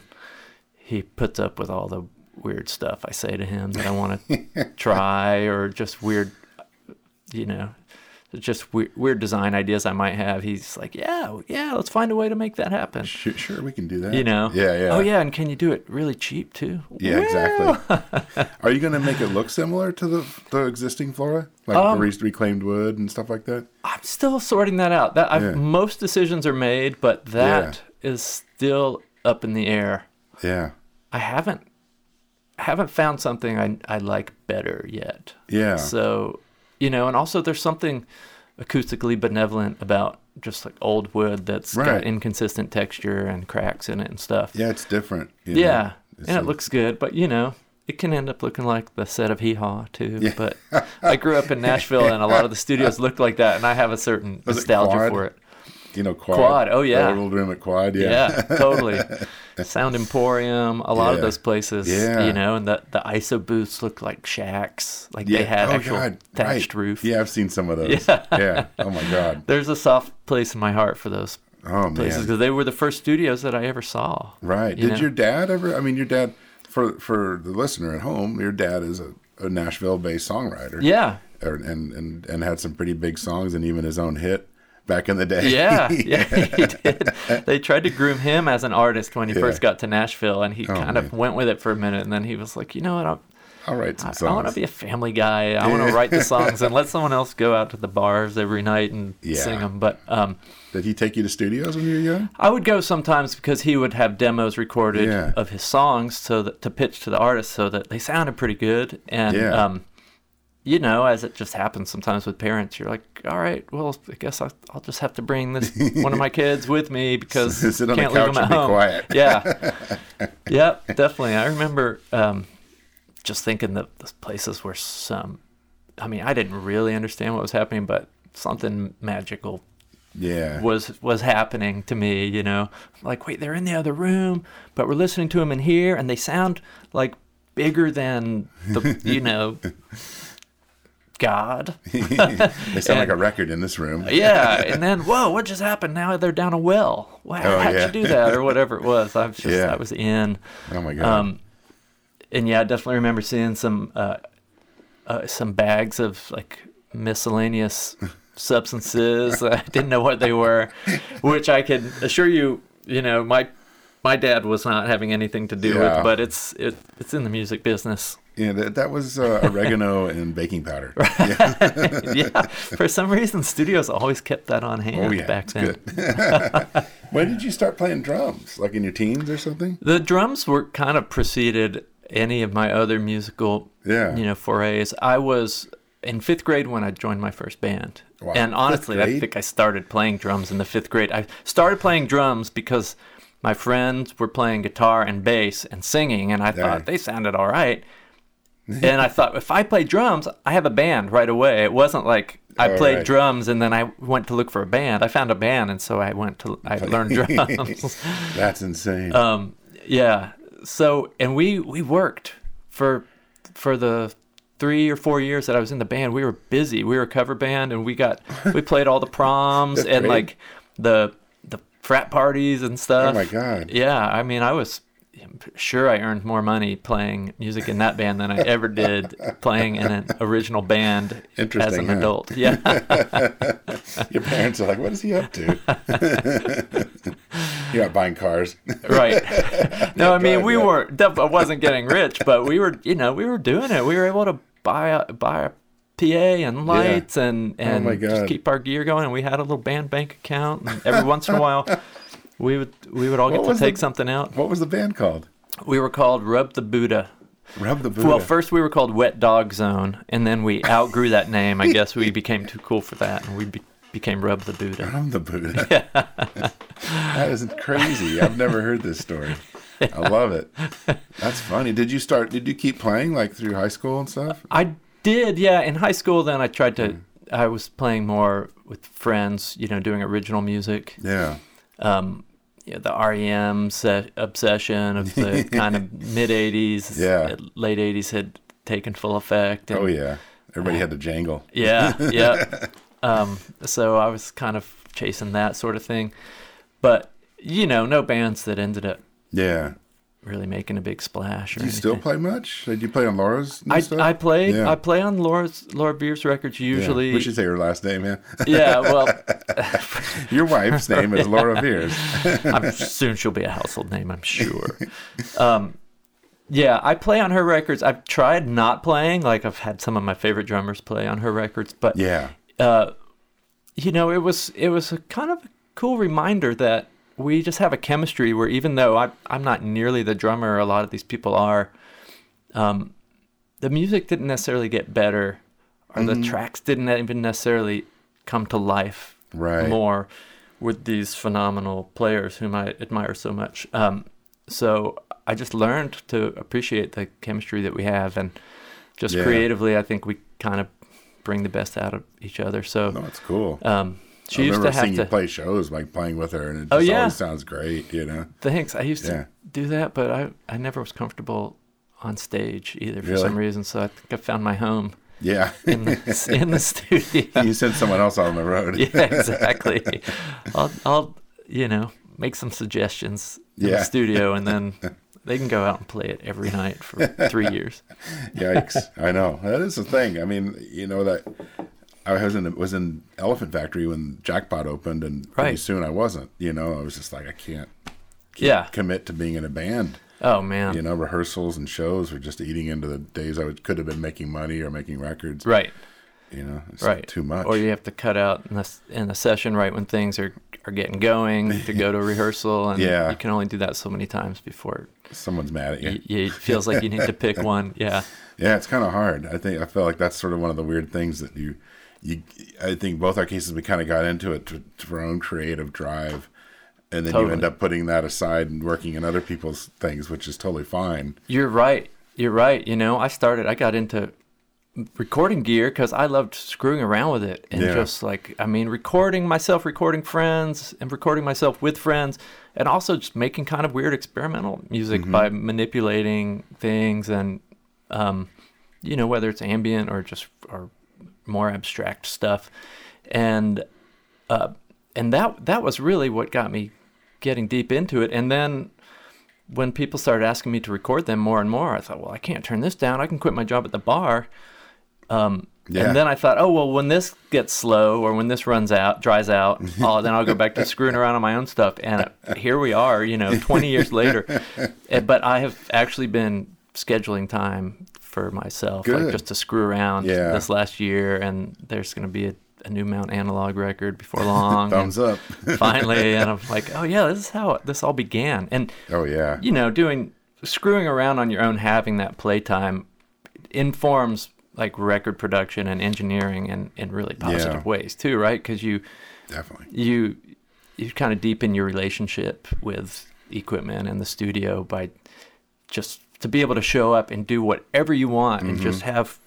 [SPEAKER 3] he puts up with all the weird stuff I say to him that I want to try, or just weird, you know, just weird, weird design ideas I might have. He's like, yeah, yeah, let's find a way to make that happen.
[SPEAKER 2] Sure, sure, we can do that.
[SPEAKER 3] You know?
[SPEAKER 2] Yeah, yeah.
[SPEAKER 3] Oh yeah, and can you do it really cheap too?
[SPEAKER 2] Yeah, exactly. Are you going to make it look similar to the the existing flora, like
[SPEAKER 3] Um,
[SPEAKER 2] the re- reclaimed wood and stuff like that?
[SPEAKER 3] I'm still sorting that out. That I've,
[SPEAKER 2] Yeah.
[SPEAKER 3] most decisions are made, but that is still up in the air.
[SPEAKER 2] Yeah,
[SPEAKER 3] I haven't haven't found something I I like better yet.
[SPEAKER 2] yeah,
[SPEAKER 3] So, you know, and also there's something acoustically benevolent about just like old wood that's
[SPEAKER 2] Right.
[SPEAKER 3] got inconsistent texture and cracks in it and stuff.
[SPEAKER 2] yeah. It's different. you know?
[SPEAKER 3] Yeah.
[SPEAKER 2] It's
[SPEAKER 3] and
[SPEAKER 2] a-
[SPEAKER 3] it looks good, but you know, it can end up looking like the set of Hee Haw too. But I grew up in Nashville and a lot of the studios looked like that and I have a certain
[SPEAKER 2] Was it
[SPEAKER 3] nostalgia
[SPEAKER 2] quad?
[SPEAKER 3] for it.
[SPEAKER 2] you know quad.
[SPEAKER 3] Quad, oh, yeah.
[SPEAKER 2] the old room at quad. Yeah,
[SPEAKER 3] Yeah, totally. Sound Emporium, a lot of
[SPEAKER 2] Yeah.
[SPEAKER 3] those places,
[SPEAKER 2] Yeah.
[SPEAKER 3] you know, and the, the ISO booths looked like shacks. Like they
[SPEAKER 2] Yeah.
[SPEAKER 3] had
[SPEAKER 2] Oh,
[SPEAKER 3] actual
[SPEAKER 2] God,
[SPEAKER 3] thatched
[SPEAKER 2] right.
[SPEAKER 3] roof.
[SPEAKER 2] Yeah, I've seen some of those. Yeah. Oh my god.
[SPEAKER 3] There's a soft place in my heart for those
[SPEAKER 2] Oh man.
[SPEAKER 3] places because they were the first studios that I ever saw.
[SPEAKER 2] Right.
[SPEAKER 3] you
[SPEAKER 2] Did
[SPEAKER 3] know?
[SPEAKER 2] your dad ever? I mean, your dad for for the listener at home, your dad is a, a Nashville-based songwriter.
[SPEAKER 3] Yeah.
[SPEAKER 2] Or, and and and had some pretty big songs and even his own hit back in the day.
[SPEAKER 3] Yeah, yeah, he did. They tried to groom him as an artist when he
[SPEAKER 2] Yeah. Oh,
[SPEAKER 3] first got to Nashville, and he kind of
[SPEAKER 2] man.
[SPEAKER 3] went with it for a minute, and then he was like, you know what, I'm,
[SPEAKER 2] I'll write some
[SPEAKER 3] I, I want to
[SPEAKER 2] songs.
[SPEAKER 3] be a family guy. I want to write the songs and let someone else go out to the bars every night and sing 'em.
[SPEAKER 2] Yeah.
[SPEAKER 3] sing them. But um,
[SPEAKER 2] Did he take you to studios when you were young?
[SPEAKER 3] I would go sometimes because he would have demos recorded
[SPEAKER 2] Yeah.
[SPEAKER 3] of his songs so that to pitch to the artist so that they sounded pretty good. And
[SPEAKER 2] Yeah.
[SPEAKER 3] um, you know, as it just happens sometimes with parents, you're like, all right, well, I guess I'll, I'll just have to bring this one of my kids with me because
[SPEAKER 2] Sit on the
[SPEAKER 3] can't leave
[SPEAKER 2] couch
[SPEAKER 3] them at
[SPEAKER 2] and be
[SPEAKER 3] home.
[SPEAKER 2] quiet.
[SPEAKER 3] Yeah, yep, definitely. I remember um, just thinking that the places were some. I mean, I didn't really understand what was happening, but something magical
[SPEAKER 2] Yeah.
[SPEAKER 3] was was happening to me you know like wait they're in the other room but we're listening to them in here and they sound like bigger than the you know god
[SPEAKER 2] they sound like
[SPEAKER 3] And-
[SPEAKER 2] a record in this room.
[SPEAKER 3] yeah and then whoa what just happened now they're down a well wow
[SPEAKER 2] Oh,
[SPEAKER 3] how'd
[SPEAKER 2] yeah.
[SPEAKER 3] you do that or whatever it was i was just
[SPEAKER 2] Yeah.
[SPEAKER 3] i was in
[SPEAKER 2] Oh my god.
[SPEAKER 3] um and yeah i definitely remember seeing some uh, uh some bags of like miscellaneous substances i didn't know what they were which i can assure you you know my my dad was not having anything to do
[SPEAKER 2] Yeah.
[SPEAKER 3] with, but it's it, it's in the music business.
[SPEAKER 2] Yeah, that, that was uh, oregano and baking powder.
[SPEAKER 3] yeah, for some reason, studios always kept that on hand
[SPEAKER 2] Oh yeah, it's
[SPEAKER 3] back then.
[SPEAKER 2] good. when did you start playing drums? Like in your teens or something?
[SPEAKER 3] The drums were kind of preceded any of my other musical,
[SPEAKER 2] Yeah.
[SPEAKER 3] you know, forays. I was in fifth grade when I joined my first band,
[SPEAKER 2] Wow,
[SPEAKER 3] and
[SPEAKER 2] fifth
[SPEAKER 3] honestly, I
[SPEAKER 2] grade?
[SPEAKER 3] think I started playing drums in the fifth grade. I started playing drums because my friends were playing guitar and bass and singing, and I thought they sounded all right. and I thought, if I play drums, I have a band right away. It wasn't like I
[SPEAKER 2] Oh,
[SPEAKER 3] played
[SPEAKER 2] right.
[SPEAKER 3] drums and then I went to look for a band. I found a band, and so I went to I learned drums.
[SPEAKER 2] That's insane.
[SPEAKER 3] Um, yeah. So, and we we worked for for the three or four years that I was in the band. We were busy. We were a cover band, and we got we played all the proms
[SPEAKER 2] That's
[SPEAKER 3] and
[SPEAKER 2] great.
[SPEAKER 3] like the the frat parties and stuff.
[SPEAKER 2] Oh, my God.
[SPEAKER 3] Yeah. I mean, I was sure I earned more money playing music in that band than I ever did playing in an original band as
[SPEAKER 2] Interesting,
[SPEAKER 3] an
[SPEAKER 2] huh?
[SPEAKER 3] adult. Yeah.
[SPEAKER 2] your parents are like, "What is he up to?" You're out buying cars.
[SPEAKER 3] right no i mean
[SPEAKER 2] drive
[SPEAKER 3] we
[SPEAKER 2] yet.
[SPEAKER 3] weren't def- i wasn't getting rich but we were you know we were doing it we were able to buy a buy a pa and lights and and
[SPEAKER 2] Oh my
[SPEAKER 3] just
[SPEAKER 2] God.
[SPEAKER 3] keep our gear going and we had a little band bank account and every once in a while we would we would all
[SPEAKER 2] What
[SPEAKER 3] get to
[SPEAKER 2] was the-
[SPEAKER 3] take something out
[SPEAKER 2] what was the band called?
[SPEAKER 3] we were called rub the buddha
[SPEAKER 2] Rub the Buddha.
[SPEAKER 3] well, first we were called Wet Dog Zone, and then we outgrew that name. I guess we became too cool for that, and we be- became Rub the Buddha.
[SPEAKER 2] Rub the Buddha. that is crazy. I've never heard this story. I love it. That's funny. Did you start? Did you keep playing like through high school and stuff?
[SPEAKER 3] I did, yeah. In high school, then I tried
[SPEAKER 2] Hmm.
[SPEAKER 3] to. I was playing more with friends, you know, doing original music.
[SPEAKER 2] Yeah.
[SPEAKER 3] Um, yeah, the REM se- obsession of the kind of mid '80s,
[SPEAKER 2] Yeah.
[SPEAKER 3] late '80s had taken full effect. and-
[SPEAKER 2] Oh yeah. Everybody had to jangle.
[SPEAKER 3] yeah, yeah. Um, so I was kind of chasing that sort of thing, but you know, no bands that ended up
[SPEAKER 2] Yeah.
[SPEAKER 3] really making a big splash. Or
[SPEAKER 2] Do you still
[SPEAKER 3] anything.
[SPEAKER 2] play much? Did you play on Laura's? New
[SPEAKER 3] I,
[SPEAKER 2] stuff?
[SPEAKER 3] I play
[SPEAKER 2] Yeah.
[SPEAKER 3] I play on Laura's Laura Beers records
[SPEAKER 2] Yeah.
[SPEAKER 3] usually.
[SPEAKER 2] We should say her last name. Yeah.
[SPEAKER 3] yeah well.
[SPEAKER 2] Your wife's name is Laura Beers.
[SPEAKER 3] I'm soon she'll be a household name, I'm sure. Um, yeah, I play on her records. I've tried not playing, like I've had some of my favorite drummers play on her records, but
[SPEAKER 2] Yeah.
[SPEAKER 3] uh, you know, it was it was a kind of a cool reminder that we just have a chemistry where even though I, I'm not nearly the drummer a lot of these people are, um, the music didn't necessarily get better, or the tracks didn't even necessarily come to life
[SPEAKER 2] Right.
[SPEAKER 3] more with these phenomenal players whom I admire so much. Um, so I just learned to appreciate the chemistry that we have, and just
[SPEAKER 2] Yeah.
[SPEAKER 3] creatively, I think we kind of bring the best out of each other. So
[SPEAKER 2] No, it's cool.
[SPEAKER 3] um, she
[SPEAKER 2] I
[SPEAKER 3] used
[SPEAKER 2] remember
[SPEAKER 3] to have
[SPEAKER 2] seeing you
[SPEAKER 3] to.
[SPEAKER 2] play shows, like playing with her, and it just
[SPEAKER 3] Oh, yeah.
[SPEAKER 2] always sounds great, you know.
[SPEAKER 3] Thanks. I used
[SPEAKER 2] Yeah.
[SPEAKER 3] to do that, but I I never was comfortable on stage either for
[SPEAKER 2] Really?
[SPEAKER 3] some reason. So I think I found my home
[SPEAKER 2] Yeah.
[SPEAKER 3] in the in the studio.
[SPEAKER 2] you sent someone else out on the road.
[SPEAKER 3] yeah, exactly. I'll, I'll, you know, make some suggestions in
[SPEAKER 2] Yeah.
[SPEAKER 3] the studio, and then they can go out and play it every night for three years.
[SPEAKER 2] Yikes! I know that is the thing. I mean, you know that I was in was in Elephant Factory when Jackpot opened, and pretty
[SPEAKER 3] Right.
[SPEAKER 2] soon I wasn't. You know, I was just like, I can't
[SPEAKER 3] Yeah.
[SPEAKER 2] commit to being in a band.
[SPEAKER 3] Oh man.
[SPEAKER 2] You know, rehearsals and shows were just eating into the days I would, could have been making money or making records.
[SPEAKER 3] Right.
[SPEAKER 2] You know, it's
[SPEAKER 3] Right.
[SPEAKER 2] too much.
[SPEAKER 3] Or you have to cut out in the s- in the session right when things are are getting going to go to rehearsal, and
[SPEAKER 2] Yeah.
[SPEAKER 3] you can only do that so many times before
[SPEAKER 2] Someone's mad at you.
[SPEAKER 3] y y it feels like you need to pick one. Yeah.
[SPEAKER 2] Yeah, it's kind of hard. I think I feel like that's sort of one of the weird things that you, you. I think both our cases we kind of got into it to, to our own creative drive, and then you
[SPEAKER 3] Totally.
[SPEAKER 2] end up putting that aside and working in other people's things, which is totally fine.
[SPEAKER 3] You're right. You're right. You know, I started, I got into recording gear because I loved screwing around with it and
[SPEAKER 2] Yeah.
[SPEAKER 3] just like, I mean, recording myself, recording friends, and recording myself with friends, and also just making kind of weird experimental music by manipulating things and, um, you know, whether it's ambient or just or more abstract stuff, and uh, and that that was really what got me getting deep into it, and then when people started asking me to record them more and more, I thought, well, I can't turn this down. I can quit my job at the bar. Um,
[SPEAKER 2] Yeah.
[SPEAKER 3] And then I thought, oh well, when this gets slow or when this runs out, dries out, oh, then I'll go back to screwing around on my own stuff. And here we are, you know, 20 years later. Eh, But I have actually been scheduling time for myself,
[SPEAKER 2] Good.
[SPEAKER 3] like just to screw around
[SPEAKER 2] Yeah.
[SPEAKER 3] this last year. And there's going to be a, a new Mount Analog record before long.
[SPEAKER 2] Thumbs
[SPEAKER 3] and
[SPEAKER 2] up.
[SPEAKER 3] finally, and I'm like, oh yeah, this is how this all began. And
[SPEAKER 2] oh yeah.
[SPEAKER 3] you know, doing screwing around on your own, having that playtime informs like record production and engineering in, in really positive
[SPEAKER 2] Yeah.
[SPEAKER 3] ways too, right? Because you
[SPEAKER 2] Definitely.
[SPEAKER 3] you you kind of deepen your relationship with equipment and the studio by just to be able to show up and do whatever you want and just
[SPEAKER 2] Mm-hmm.
[SPEAKER 3] have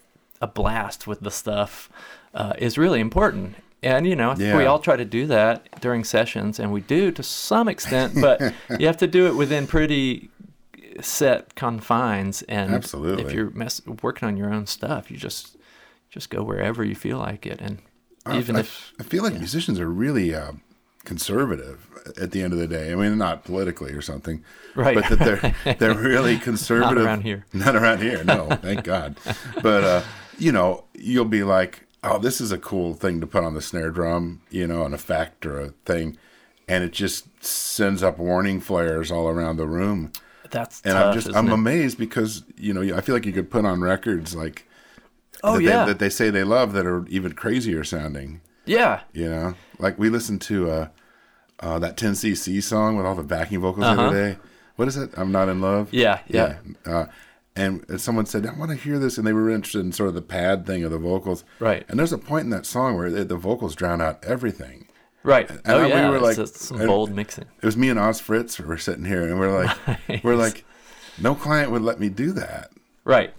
[SPEAKER 3] a blast with the stuff uh, is really important. And you know, I think we
[SPEAKER 2] Yeah.
[SPEAKER 3] all try to do that during sessions, and we do to some extent, but you have to do it within pretty set confines. And if
[SPEAKER 2] Absolutely.
[SPEAKER 3] you're mess- working on your own stuff, you just just go wherever you feel like it, and
[SPEAKER 2] I-
[SPEAKER 3] even
[SPEAKER 2] Uh, I,
[SPEAKER 3] if
[SPEAKER 2] I feel like musicians are really uh, conservative at the end of the day. I mean, not politically or something,
[SPEAKER 3] Right.
[SPEAKER 2] But that they're they're really conservative.
[SPEAKER 3] around here.
[SPEAKER 2] Not around here. No, thank God. But uh, you know, you'll be like, "Oh, this is a cool thing to put on the snare drum," you know, an effect or a thing, and it just sends up warning flares all around the room.
[SPEAKER 3] that's
[SPEAKER 2] And
[SPEAKER 3] tough,
[SPEAKER 2] I'm just
[SPEAKER 3] isn't
[SPEAKER 2] I'm
[SPEAKER 3] it?
[SPEAKER 2] amazed because you know I feel like you could put on records like.
[SPEAKER 3] Oh,
[SPEAKER 2] that,
[SPEAKER 3] yeah.
[SPEAKER 2] they, that they say they love that are even crazier sounding.
[SPEAKER 3] Yeah.
[SPEAKER 2] You know, like we listened to uh, uh, that 10cc song with all the backing vocals the other day. What is it? I'm not in love.
[SPEAKER 3] Uh-huh. Yeah, yeah.
[SPEAKER 2] Uh, and and someone said, I want to hear this. And they were interested in sort of the pad thing of the vocals.
[SPEAKER 3] Right.
[SPEAKER 2] And there's a point in that song where the, the vocals drown out everything.
[SPEAKER 3] Right. oh,
[SPEAKER 2] I- we
[SPEAKER 3] yeah.
[SPEAKER 2] were
[SPEAKER 3] it's
[SPEAKER 2] like-
[SPEAKER 3] just some
[SPEAKER 2] I-
[SPEAKER 3] bold mixing.
[SPEAKER 2] It was me and Oz Fritz who were sitting here and we're like, we're
[SPEAKER 3] Nice.
[SPEAKER 2] like, no client would let me do that.
[SPEAKER 3] Right.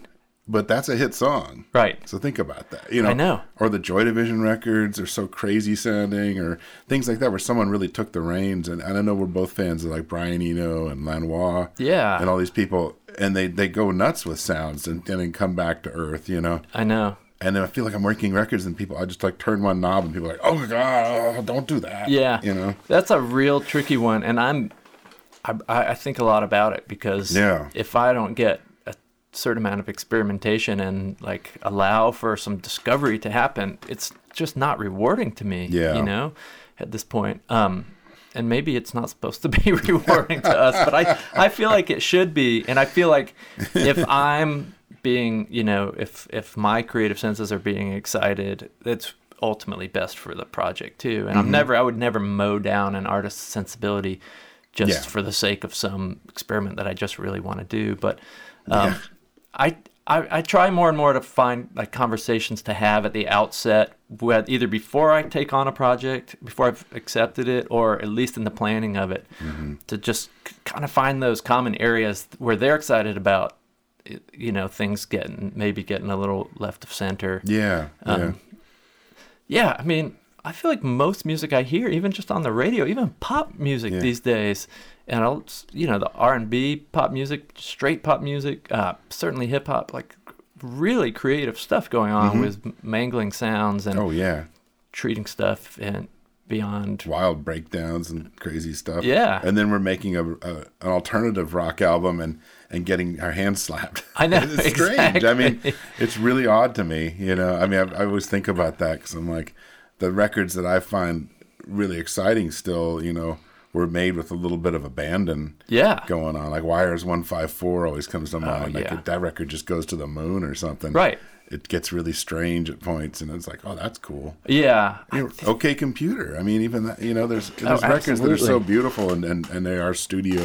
[SPEAKER 2] But that's a hit song.
[SPEAKER 3] Right.
[SPEAKER 2] So think about that. You know,
[SPEAKER 3] I know.
[SPEAKER 2] Or the Joy Division records are so crazy sounding, or things like that, where someone really took the reins. And, and I know we're both fans of like Brian Eno and Lanois,
[SPEAKER 3] Yeah.
[SPEAKER 2] and all these people, and they they go nuts with sounds and, and then come back to earth, you know.
[SPEAKER 3] I know.
[SPEAKER 2] And then I feel like I'm working records, and people, I just like turn one knob, and people are like, oh my god, oh, don't do that.
[SPEAKER 3] Yeah.
[SPEAKER 2] you know.
[SPEAKER 3] That's a real tricky one, and I'm, I, I I think a lot about it because
[SPEAKER 2] Yeah.
[SPEAKER 3] if I don't get a certain amount of experimentation and like allow for some discovery to happen, it's just not rewarding to me.
[SPEAKER 2] Yeah.
[SPEAKER 3] You know, at this point. Um. And maybe it's not supposed to be rewarding to us, but I, I feel like it should be. And I feel like if I'm being, you know, if if my creative senses are being excited, it's ultimately best for the project too. And I'm never I would never mow down an artist's sensibility just
[SPEAKER 2] Yeah.
[SPEAKER 3] for the sake of some experiment that I just really want to do. But um, I, I I try more and more to find like conversations to have at the outset, with either before I take on a project, before I've accepted it, or at least in the planning of it, to just kind of find those common areas where they're excited about, y- you know, things getting maybe getting a little left of center.
[SPEAKER 2] Yeah,
[SPEAKER 3] Um,
[SPEAKER 2] yeah.
[SPEAKER 3] Yeah, I mean, I feel like most music I hear, even just on the radio, even pop music
[SPEAKER 2] Yeah.
[SPEAKER 3] these days, and I'll, you know, the R and B pop music, straight pop music, uh, certainly hip hop, like really creative stuff going on with mangling sounds and
[SPEAKER 2] Mm-hmm. Oh yeah,
[SPEAKER 3] treating stuff and beyond.
[SPEAKER 2] wild breakdowns and crazy stuff.
[SPEAKER 3] Yeah.
[SPEAKER 2] and then we're making a, a an alternative rock album and and getting our hands slapped.
[SPEAKER 3] I know,
[SPEAKER 2] it's strange. I mean,
[SPEAKER 3] exactly.
[SPEAKER 2] it's really odd to me. You know, I mean, I, I always think about that because I'm like, the records that I find really exciting still, you know, were made with a little bit of abandon
[SPEAKER 3] Yeah, Oh,
[SPEAKER 2] going on. Like Wires One Five Four always comes to mind. like
[SPEAKER 3] yeah.
[SPEAKER 2] that record just goes to the moon or something.
[SPEAKER 3] Right.
[SPEAKER 2] It gets really strange at points, and it's like, oh, that's cool.
[SPEAKER 3] yeah,
[SPEAKER 2] You know, okay computer. I mean, even that, you know, there's there's records that are so
[SPEAKER 3] Oh, absolutely.
[SPEAKER 2] beautiful and and, and they are studio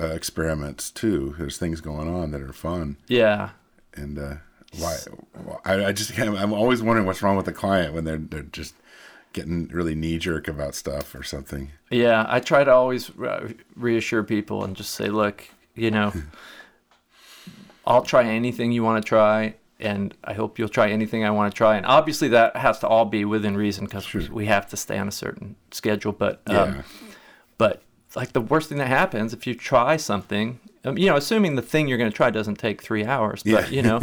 [SPEAKER 2] uh, experiments too. There's things going on that are fun
[SPEAKER 3] yeah.
[SPEAKER 2] and uh, why I, I just can't, I'm always wondering what's wrong with the client when they're they're just getting really knee jerk about stuff or something.
[SPEAKER 3] Yeah, I try to always re- reassure people and just say, look, you know, I'll try anything you want to try, and I hope you'll try anything I want to try. And obviously, that has to all be within reason because we have to stay on a certain schedule. But um,
[SPEAKER 2] yeah,
[SPEAKER 3] but like the worst thing that happens if you try something, um, you know, assuming the thing you're going to try doesn't take three hours,
[SPEAKER 2] Yeah.
[SPEAKER 3] but you know,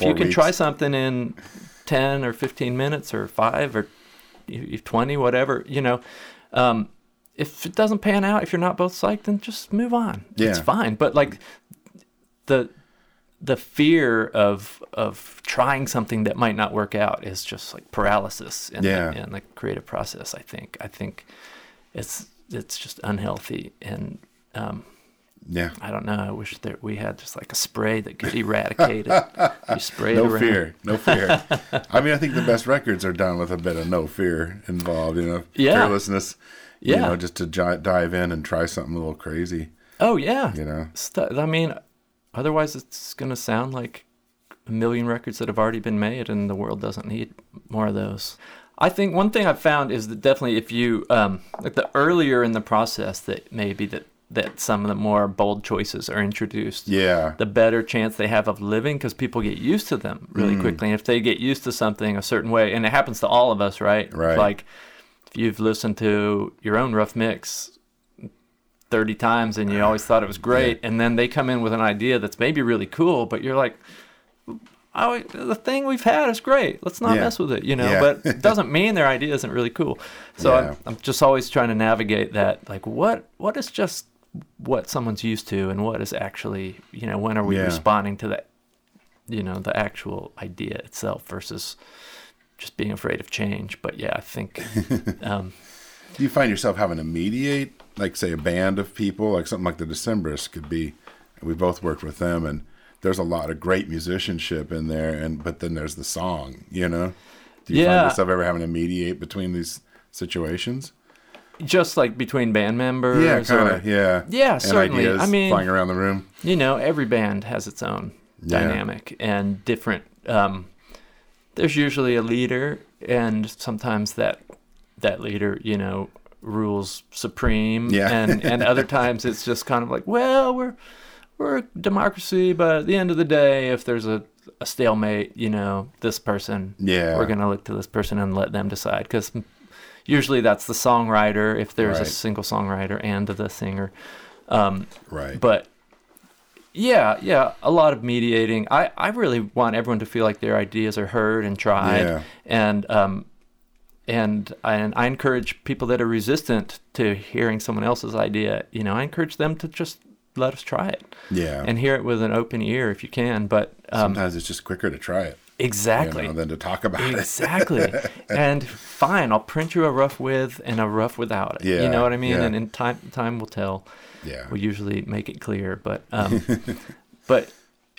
[SPEAKER 3] you
[SPEAKER 2] Four
[SPEAKER 3] can
[SPEAKER 2] weeks.
[SPEAKER 3] try something in 10 or 15 minutes or five or you- you- 20, whatever, you know, um, if it doesn't pan out, if you're not both psyched, then just move on.
[SPEAKER 2] Yeah.
[SPEAKER 3] It's fine. But like the, the fear of of trying something that might not work out is just like paralysis in,
[SPEAKER 2] Yeah.
[SPEAKER 3] the, in the creative process. I think I think it's it's just unhealthy, and um,
[SPEAKER 2] Yeah.
[SPEAKER 3] I don't know. I wish that we had just like a spray that could eradicate it. You spray it
[SPEAKER 2] No
[SPEAKER 3] around.
[SPEAKER 2] fear. No fear. I mean, I think the best records are done with a bit of no fear involved, you know,
[SPEAKER 3] Yeah.
[SPEAKER 2] fearlessness, you
[SPEAKER 3] Yeah.
[SPEAKER 2] know, just to j- dive in and try something a little crazy,
[SPEAKER 3] Oh yeah.
[SPEAKER 2] you know.
[SPEAKER 3] Stu- I mean, otherwise it's gonna sound like a million records that have already been made, and the world doesn't need more of those. I think one thing I've found is that definitely if you um, like the earlier in the process that maybe that that some of the more bold choices are introduced,
[SPEAKER 2] Yeah.
[SPEAKER 3] the better chance they have of living because people get used to them really
[SPEAKER 2] Mm.
[SPEAKER 3] quickly. And if they get used to something a certain way, and it happens to all of us, right?
[SPEAKER 2] Right.
[SPEAKER 3] Like if you've listened to your own rough mix 30 times and you always thought it was great, and then they come in with an idea that's maybe really cool, but you're like, oh, the thing we've had is great. Let's not
[SPEAKER 2] Yeah.
[SPEAKER 3] mess with it, you know?
[SPEAKER 2] Yeah.
[SPEAKER 3] But it doesn't mean their idea isn't really cool. So
[SPEAKER 2] Yeah.
[SPEAKER 3] I'm, I'm just always trying to navigate that. Like, what what is just what someone's used to and what is actually, you know, when are we
[SPEAKER 2] Yeah.
[SPEAKER 3] responding to that, you know, the actual idea itself versus just being afraid of change. But yeah, I think, um,
[SPEAKER 2] Do you find yourself having to mediate, like say a band of people, like something like the Decemberists could be? We both worked with them, and there's a lot of great musicianship in there, and but then there's the song, you know. Do you
[SPEAKER 3] Yeah.
[SPEAKER 2] find yourself ever having to mediate between these situations?
[SPEAKER 3] just like between band members.
[SPEAKER 2] Yeah,
[SPEAKER 3] or-
[SPEAKER 2] kind of. Yeah.
[SPEAKER 3] Yeah,
[SPEAKER 2] And
[SPEAKER 3] certainly.
[SPEAKER 2] Ideas
[SPEAKER 3] I mean-
[SPEAKER 2] flying around the room.
[SPEAKER 3] you know, every band has its own
[SPEAKER 2] Yeah.
[SPEAKER 3] dynamic and different. Um, there's usually a leader, and sometimes that that leader, you know, rules supreme.
[SPEAKER 2] Yeah.
[SPEAKER 3] And and other times it's just kind of like, well, we're we're a democracy, but at the end of the day, if there's a, a stalemate, you know, this person,
[SPEAKER 2] Yeah.
[SPEAKER 3] we're gonna look to this person and let them decide because usually that's the songwriter if there's
[SPEAKER 2] Right.
[SPEAKER 3] a single songwriter and the singer. Um,
[SPEAKER 2] Right.
[SPEAKER 3] but yeah yeah a lot of mediating i i really want everyone to feel like their ideas are heard and tried
[SPEAKER 2] Yeah.
[SPEAKER 3] and um and and i encourage people that are resistant to hearing someone else's idea you know i encourage them to just let us try it
[SPEAKER 2] yeah.
[SPEAKER 3] and hear it with an open ear if you can but um
[SPEAKER 2] Sometimes it's just quicker to try it, you
[SPEAKER 3] exactly
[SPEAKER 2] know, than to talk about it.
[SPEAKER 3] Exactly. and fine, I'll print you a rough with and a rough without it.
[SPEAKER 2] Yeah,
[SPEAKER 3] you know what I mean?
[SPEAKER 2] yeah.
[SPEAKER 3] And in time time will tell.
[SPEAKER 2] Yeah.
[SPEAKER 3] We usually make it clear, but um but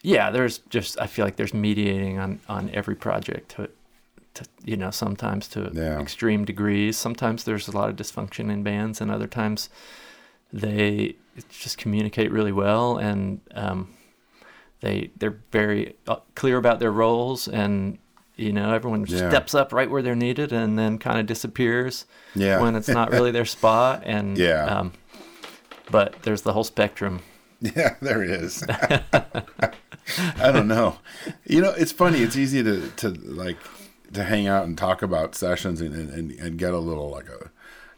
[SPEAKER 3] yeah, there's just I feel like there's mediating on on every project to to you know, sometimes to
[SPEAKER 2] Yeah.
[SPEAKER 3] extreme degrees. Sometimes there's a lot of dysfunction in bands and other times they just communicate really well and um they they're very uh, clear about their roles and you know everyone
[SPEAKER 2] Yeah.
[SPEAKER 3] steps up right where they're needed and then kind of disappears
[SPEAKER 2] Yeah.
[SPEAKER 3] when it's not really their spot and
[SPEAKER 2] Yeah.
[SPEAKER 3] um, but there's the whole spectrum
[SPEAKER 2] Yeah, there it is. I don't know. You know, it's funny. It's easy to, to like to hang out and talk about sessions and, and, and get a little like a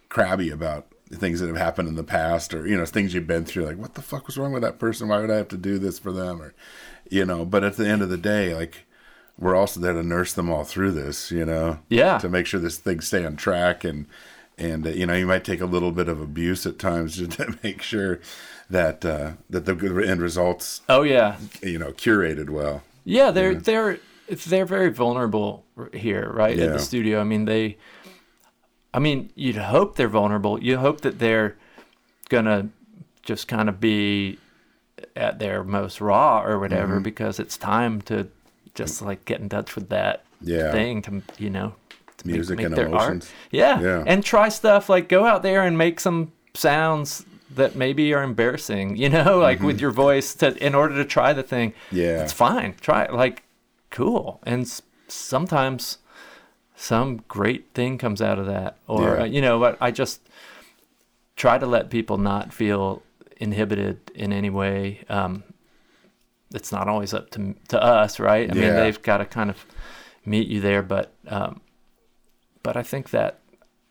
[SPEAKER 2] crabby about things that have happened in the past or you know things you've been through. Like, what the fuck was wrong with that person? Why would I have to do this for them? Or you know. But at the end of the day, like we're also there to nurse them all through this. You know.
[SPEAKER 3] Yeah.
[SPEAKER 2] To make sure this things stay on track and. And uh, you know you might take a little bit of abuse at times just to make sure that uh, that the good end results
[SPEAKER 3] oh yeah
[SPEAKER 2] you know curated well
[SPEAKER 3] yeah they're they're it's- they're very vulnerable r- here right at
[SPEAKER 2] Yeah.
[SPEAKER 3] the studio i mean they i mean you'd hope they're vulnerable you hope that they're gonna just kind of be at their most raw or whatever
[SPEAKER 2] Mm-hmm.
[SPEAKER 3] because it's time to just like get in touch with that
[SPEAKER 2] Yeah.
[SPEAKER 3] thing to you know to make-
[SPEAKER 2] Music
[SPEAKER 3] make
[SPEAKER 2] and
[SPEAKER 3] their
[SPEAKER 2] emotions.
[SPEAKER 3] art yeah.
[SPEAKER 2] Yeah.
[SPEAKER 3] and try stuff like go out there and make some sounds that maybe are embarrassing you know like with your voice to in order to try the thing
[SPEAKER 2] Mm-hmm. Yeah.
[SPEAKER 3] it's fine try it like cool and s- sometimes some great thing comes out of that or
[SPEAKER 2] Yeah.
[SPEAKER 3] uh, you know but i just try to let people not feel inhibited in any way um it's not always up to to us right i mean
[SPEAKER 2] Yeah.
[SPEAKER 3] they've got to kind of meet you there but um but i think that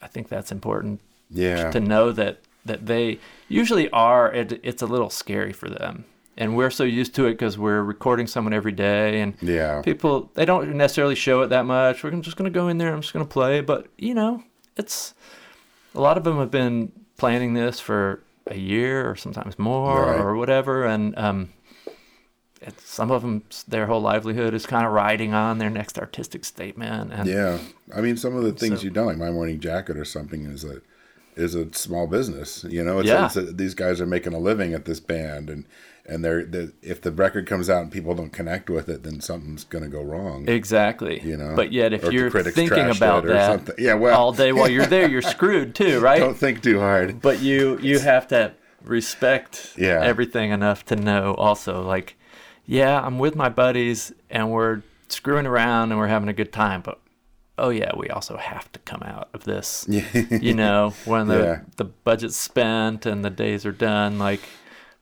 [SPEAKER 3] i think that's important
[SPEAKER 2] yeah
[SPEAKER 3] to know that that they usually are it, it's a little scary for them and we're so used to it because we're recording someone every day and
[SPEAKER 2] yeah
[SPEAKER 3] people they don't necessarily show it that much we're gonna- just going to go in there i'm just going to play but you know it's a lot of them have been planning this for a year or sometimes more
[SPEAKER 2] Right.
[SPEAKER 3] or whatever and um and some of them their whole livelihood is kind of riding on their next artistic statement and
[SPEAKER 2] Yeah, I mean, some of the things
[SPEAKER 3] So-
[SPEAKER 2] you've done, like my morning jacket or something, is a is a small business. You know, it's,
[SPEAKER 3] Yeah.
[SPEAKER 2] it's a, these guys are making a living at this band, and and they're, they if the record comes out and people don't connect with it, then something's gonna go wrong.
[SPEAKER 3] exactly
[SPEAKER 2] You know,
[SPEAKER 3] but yet if
[SPEAKER 2] or the
[SPEAKER 3] you're
[SPEAKER 2] critics
[SPEAKER 3] thinking
[SPEAKER 2] trashed
[SPEAKER 3] about
[SPEAKER 2] it or
[SPEAKER 3] that
[SPEAKER 2] something. Yeah, well-
[SPEAKER 3] all day while you're there you're screwed too right
[SPEAKER 2] don't think too hard.
[SPEAKER 3] but you you have to respect
[SPEAKER 2] Yeah.
[SPEAKER 3] everything enough to know also like yeah i'm with my buddies and we're screwing around and we're having a good time but oh yeah we also have to come out of this you know when the
[SPEAKER 2] Yeah.
[SPEAKER 3] the budget's spent and the days are done like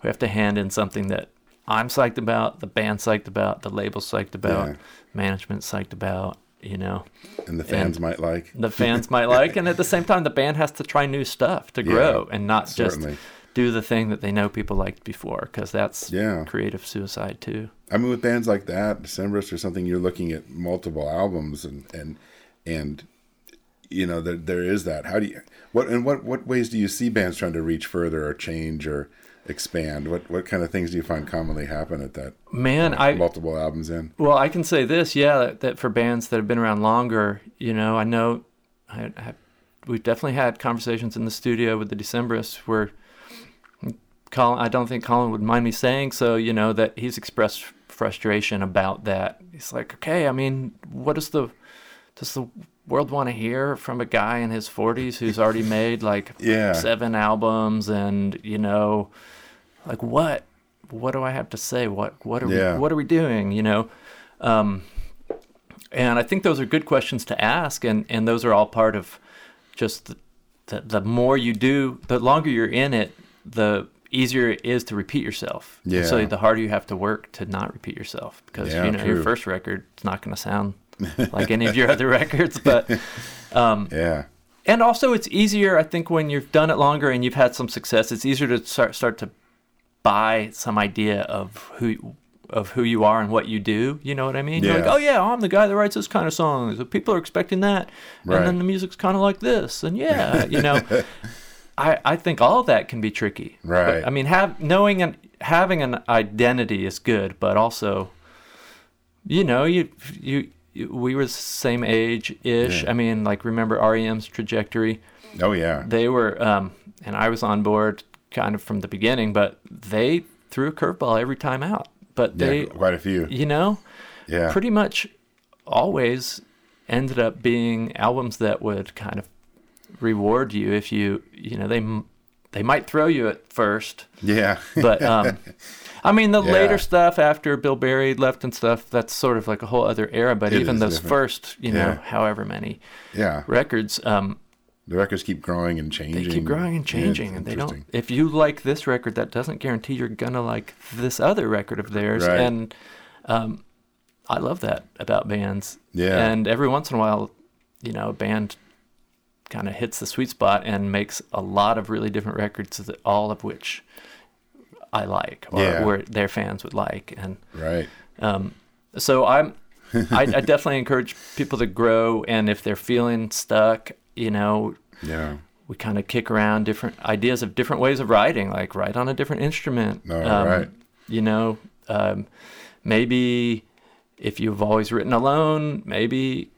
[SPEAKER 3] we have to hand in something that i'm psyched about the band's psyched about the label's psyched about
[SPEAKER 2] Yeah.
[SPEAKER 3] management's psyched about you know
[SPEAKER 2] And the fans might like.
[SPEAKER 3] the fans might like and at the same time the band has to try new stuff to grow and not
[SPEAKER 2] certainly.
[SPEAKER 3] just do the thing that they know people liked before because that's
[SPEAKER 2] Yeah.
[SPEAKER 3] creative suicide too
[SPEAKER 2] I mean, with bands like that, Decemberist or something, you're looking at multiple albums, and and and you know there there is that. How do you what and what what ways do you see bands trying to reach further or change or expand? What what kind of things do you find commonly happen at that
[SPEAKER 3] man i
[SPEAKER 2] multiple albums in?
[SPEAKER 3] well i can say this yeah that, that for bands that have been around longer you know i know I, I, we've definitely had conversations in the studio with the decemberists where colin i don't think colin would mind me saying so you know that he's expressed frustration about that he's like okay i mean what is the does the world want to hear from a guy in his 40s who's already made like
[SPEAKER 2] Yeah.
[SPEAKER 3] seven albums and you know like what what do i have to say what what are
[SPEAKER 2] Yeah.
[SPEAKER 3] we what are we doing you know um and i think those are good questions to ask and and those are all part of just the the, the more you do the longer you're in it the easier it is to repeat yourself And so
[SPEAKER 2] Yeah.
[SPEAKER 3] the harder you have to work to not repeat yourself because
[SPEAKER 2] Yeah,
[SPEAKER 3] you know
[SPEAKER 2] true.
[SPEAKER 3] your first record it's not going to sound like any of your other records but
[SPEAKER 2] Yeah,
[SPEAKER 3] and also it's easier i think when you've done it longer and you've had some success it's easier to start start to buy some idea of who of who you are and what you do you know what i mean you're
[SPEAKER 2] Yeah.
[SPEAKER 3] like oh yeah i'm the guy that writes this kind of songs and people are expecting that
[SPEAKER 2] Right.
[SPEAKER 3] and then the music's kind of like this and yeah you know I, I think all that can be tricky
[SPEAKER 2] Right.
[SPEAKER 3] but, i mean have knowing and having an identity is good but also you know, you you, you we were the same age ish.
[SPEAKER 2] Yeah.
[SPEAKER 3] I mean, like remember REM's trajectory?
[SPEAKER 2] oh yeah,
[SPEAKER 3] They were, um, and I was on board kind of from the beginning, but they threw a curveball every time out. But they,
[SPEAKER 2] yeah, quite a few.
[SPEAKER 3] you know,
[SPEAKER 2] Yeah,
[SPEAKER 3] pretty much always ended up being albums that would kind of reward you if you, you know, they m- they might throw you at first,
[SPEAKER 2] yeah,
[SPEAKER 3] but um, I mean, the
[SPEAKER 2] Yeah.
[SPEAKER 3] later stuff after Bill Berry left and stuff, that's sort of like a whole other era. But
[SPEAKER 2] It
[SPEAKER 3] even
[SPEAKER 2] is
[SPEAKER 3] those
[SPEAKER 2] different.
[SPEAKER 3] first, you know,
[SPEAKER 2] Yeah.
[SPEAKER 3] however many
[SPEAKER 2] yeah.
[SPEAKER 3] records, um,
[SPEAKER 2] The records keep growing and changing.
[SPEAKER 3] they keep growing and
[SPEAKER 2] Yeah, it's
[SPEAKER 3] changing, and they don't.
[SPEAKER 2] interesting.
[SPEAKER 3] If you like this record, that doesn't guarantee you're gonna like this other record of theirs.
[SPEAKER 2] Right.
[SPEAKER 3] And um, I love that about bands.
[SPEAKER 2] Yeah.
[SPEAKER 3] And every once in a while, you know, a band kind of hits the sweet spot and makes a lot of really different records, that all of which I like or
[SPEAKER 2] Yeah.
[SPEAKER 3] where their fans would like. And
[SPEAKER 2] Right.
[SPEAKER 3] um, so I'm, I, I definitely encourage people to grow. And if they're feeling stuck, you know,
[SPEAKER 2] Yeah.
[SPEAKER 3] we kind of kick around different ideas of different ways of writing, like write on a different instrument.
[SPEAKER 2] All
[SPEAKER 3] um,
[SPEAKER 2] right.
[SPEAKER 3] You know, um, maybe if you've always written alone, maybe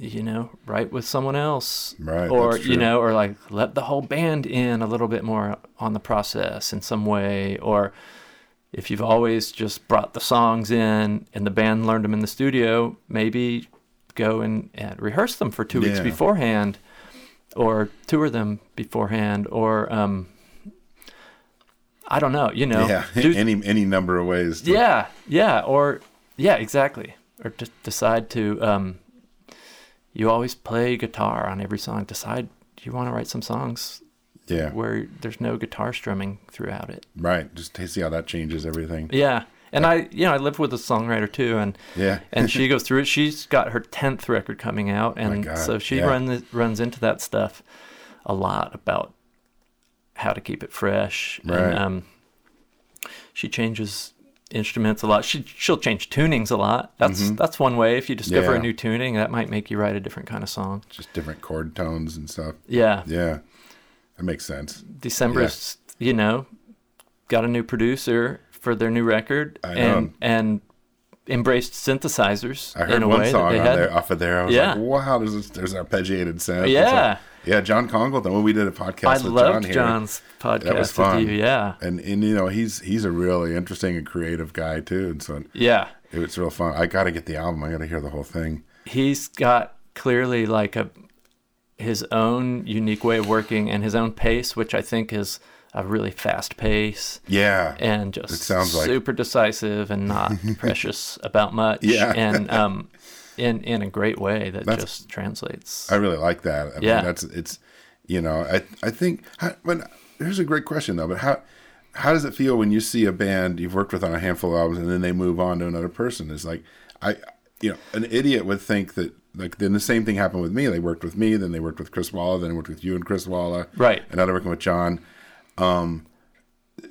[SPEAKER 3] you know write with someone else
[SPEAKER 2] Right,
[SPEAKER 3] or
[SPEAKER 2] that's
[SPEAKER 3] you
[SPEAKER 2] true.
[SPEAKER 3] know or like let the whole band in a little bit more on the process in some way or if you've always just brought the songs in and the band learned them in the studio maybe go and, and rehearse them for two weeks
[SPEAKER 2] Yeah.
[SPEAKER 3] beforehand or tour them beforehand or um i don't know you know
[SPEAKER 2] Yeah.
[SPEAKER 3] do-
[SPEAKER 2] any any number of ways. to-
[SPEAKER 3] yeah yeah or yeah exactly or just decide to um you always play guitar on every song decide you want to write some songs
[SPEAKER 2] Yeah.
[SPEAKER 3] where there's no guitar strumming throughout it
[SPEAKER 2] Right. Just to see how that changes everything.
[SPEAKER 3] yeah and i you know i live with a songwriter too and
[SPEAKER 2] Yeah.
[SPEAKER 3] and she goes through it. She's got her tenth record coming out, and
[SPEAKER 2] God,
[SPEAKER 3] so she
[SPEAKER 2] yeah.
[SPEAKER 3] runs runs into that stuff a lot about how to keep it fresh.
[SPEAKER 2] Right.
[SPEAKER 3] And, um, she changes instruments a lot. She she'll change tunings a lot. That's that's one way. If you discover
[SPEAKER 2] Mm-hmm. Yeah.
[SPEAKER 3] a new tuning, that might make you write a different kind of song.
[SPEAKER 2] Just different chord tones and stuff.
[SPEAKER 3] Yeah.
[SPEAKER 2] Yeah. That makes sense.
[SPEAKER 3] Decemberists, you know, got a new producer for their new record
[SPEAKER 2] I know.
[SPEAKER 3] and and embraced synthesizers
[SPEAKER 2] I
[SPEAKER 3] in
[SPEAKER 2] heard
[SPEAKER 3] a
[SPEAKER 2] one
[SPEAKER 3] way
[SPEAKER 2] song
[SPEAKER 3] that they
[SPEAKER 2] on
[SPEAKER 3] had.
[SPEAKER 2] there, off of there. I was
[SPEAKER 3] Yeah.
[SPEAKER 2] like, wow, there's this, there's arpeggiated sound.
[SPEAKER 3] Yeah.
[SPEAKER 2] yeah, John Congleton. When we did a podcast
[SPEAKER 3] I
[SPEAKER 2] with John
[SPEAKER 3] loved
[SPEAKER 2] here,
[SPEAKER 3] John's podcast
[SPEAKER 2] that was
[SPEAKER 3] with
[SPEAKER 2] fun.
[SPEAKER 3] you. Yeah,
[SPEAKER 2] And and you know he's he's a really interesting and creative guy too. And so
[SPEAKER 3] yeah.
[SPEAKER 2] it was real fun. I got to get the album. I got to hear the whole thing.
[SPEAKER 3] he's got clearly like a his own unique way of working and his own pace, which I think is a really fast pace
[SPEAKER 2] Yeah,
[SPEAKER 3] and just
[SPEAKER 2] sounds like-
[SPEAKER 3] super decisive and not precious about much.
[SPEAKER 2] Yeah.
[SPEAKER 3] and um, in in a great way that
[SPEAKER 2] That's-
[SPEAKER 3] just translates.
[SPEAKER 2] I really like that. I mean,
[SPEAKER 3] Yeah.
[SPEAKER 2] that's it's you know I I think how, but here's a great question though. But how how does it feel when you see a band you've worked with on a handful of albums and then they move on to another person? It's like I you know an idiot would think that like then the same thing happened with me. They worked with me, then they worked with Chris Walla, then they worked with you and Chris Walla,
[SPEAKER 3] Right.
[SPEAKER 2] And now they're working with John. Um,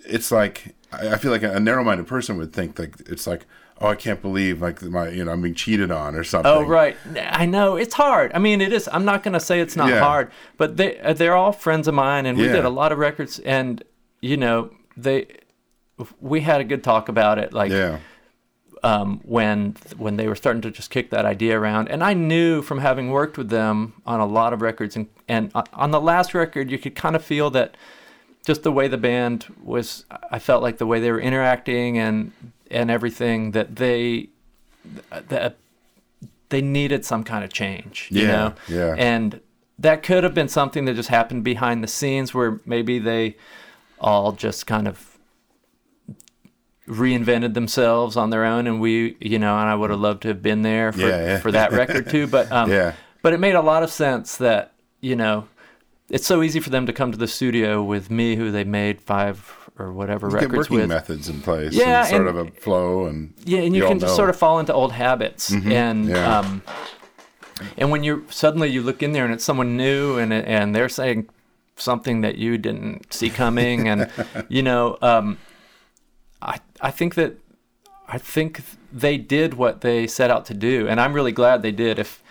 [SPEAKER 2] it's like I, I feel like a, narrow-minded person would think like it's like. Oh, I can't believe like my you know I'm being cheated on or something.
[SPEAKER 3] Oh right, I know it's hard. I mean, it is. I'm not gonna say it's not
[SPEAKER 2] Yeah.
[SPEAKER 3] hard, but they uh, they're all friends of mine, and we
[SPEAKER 2] Yeah.
[SPEAKER 3] did a lot of records, and you know they we had a good talk about it. Like
[SPEAKER 2] Yeah.
[SPEAKER 3] um, when when they were starting to just kick that idea around. And I knew from having worked with them on a lot of records, and and on- on the last record, you could kind of feel that just the way the band was. I felt like the way they were interacting and and everything that they that they needed some kind of change. You
[SPEAKER 2] Yeah,
[SPEAKER 3] know?
[SPEAKER 2] yeah.
[SPEAKER 3] And that could have been something that just happened behind the scenes where maybe they all just kind of reinvented themselves on their own and we you know and I would have loved to have been there for,
[SPEAKER 2] Yeah, yeah.
[SPEAKER 3] for that record too but um
[SPEAKER 2] Yeah.
[SPEAKER 3] but it made a lot of sense that you know it's so easy for them to come to the studio with me who they made five or whatever
[SPEAKER 2] get
[SPEAKER 3] records
[SPEAKER 2] working
[SPEAKER 3] with
[SPEAKER 2] methods in place
[SPEAKER 3] Yeah,
[SPEAKER 2] and sort
[SPEAKER 3] and-
[SPEAKER 2] of a flow and
[SPEAKER 3] yeah and you,
[SPEAKER 2] all
[SPEAKER 3] can just
[SPEAKER 2] know. Mm-hmm.
[SPEAKER 3] sort of fall into old habits and
[SPEAKER 2] yeah.
[SPEAKER 3] um and when you suddenly you look in there and it's someone new and and they're saying something that you didn't see coming and you know um i i think that i think they did what they set out to do and i'm really glad they did if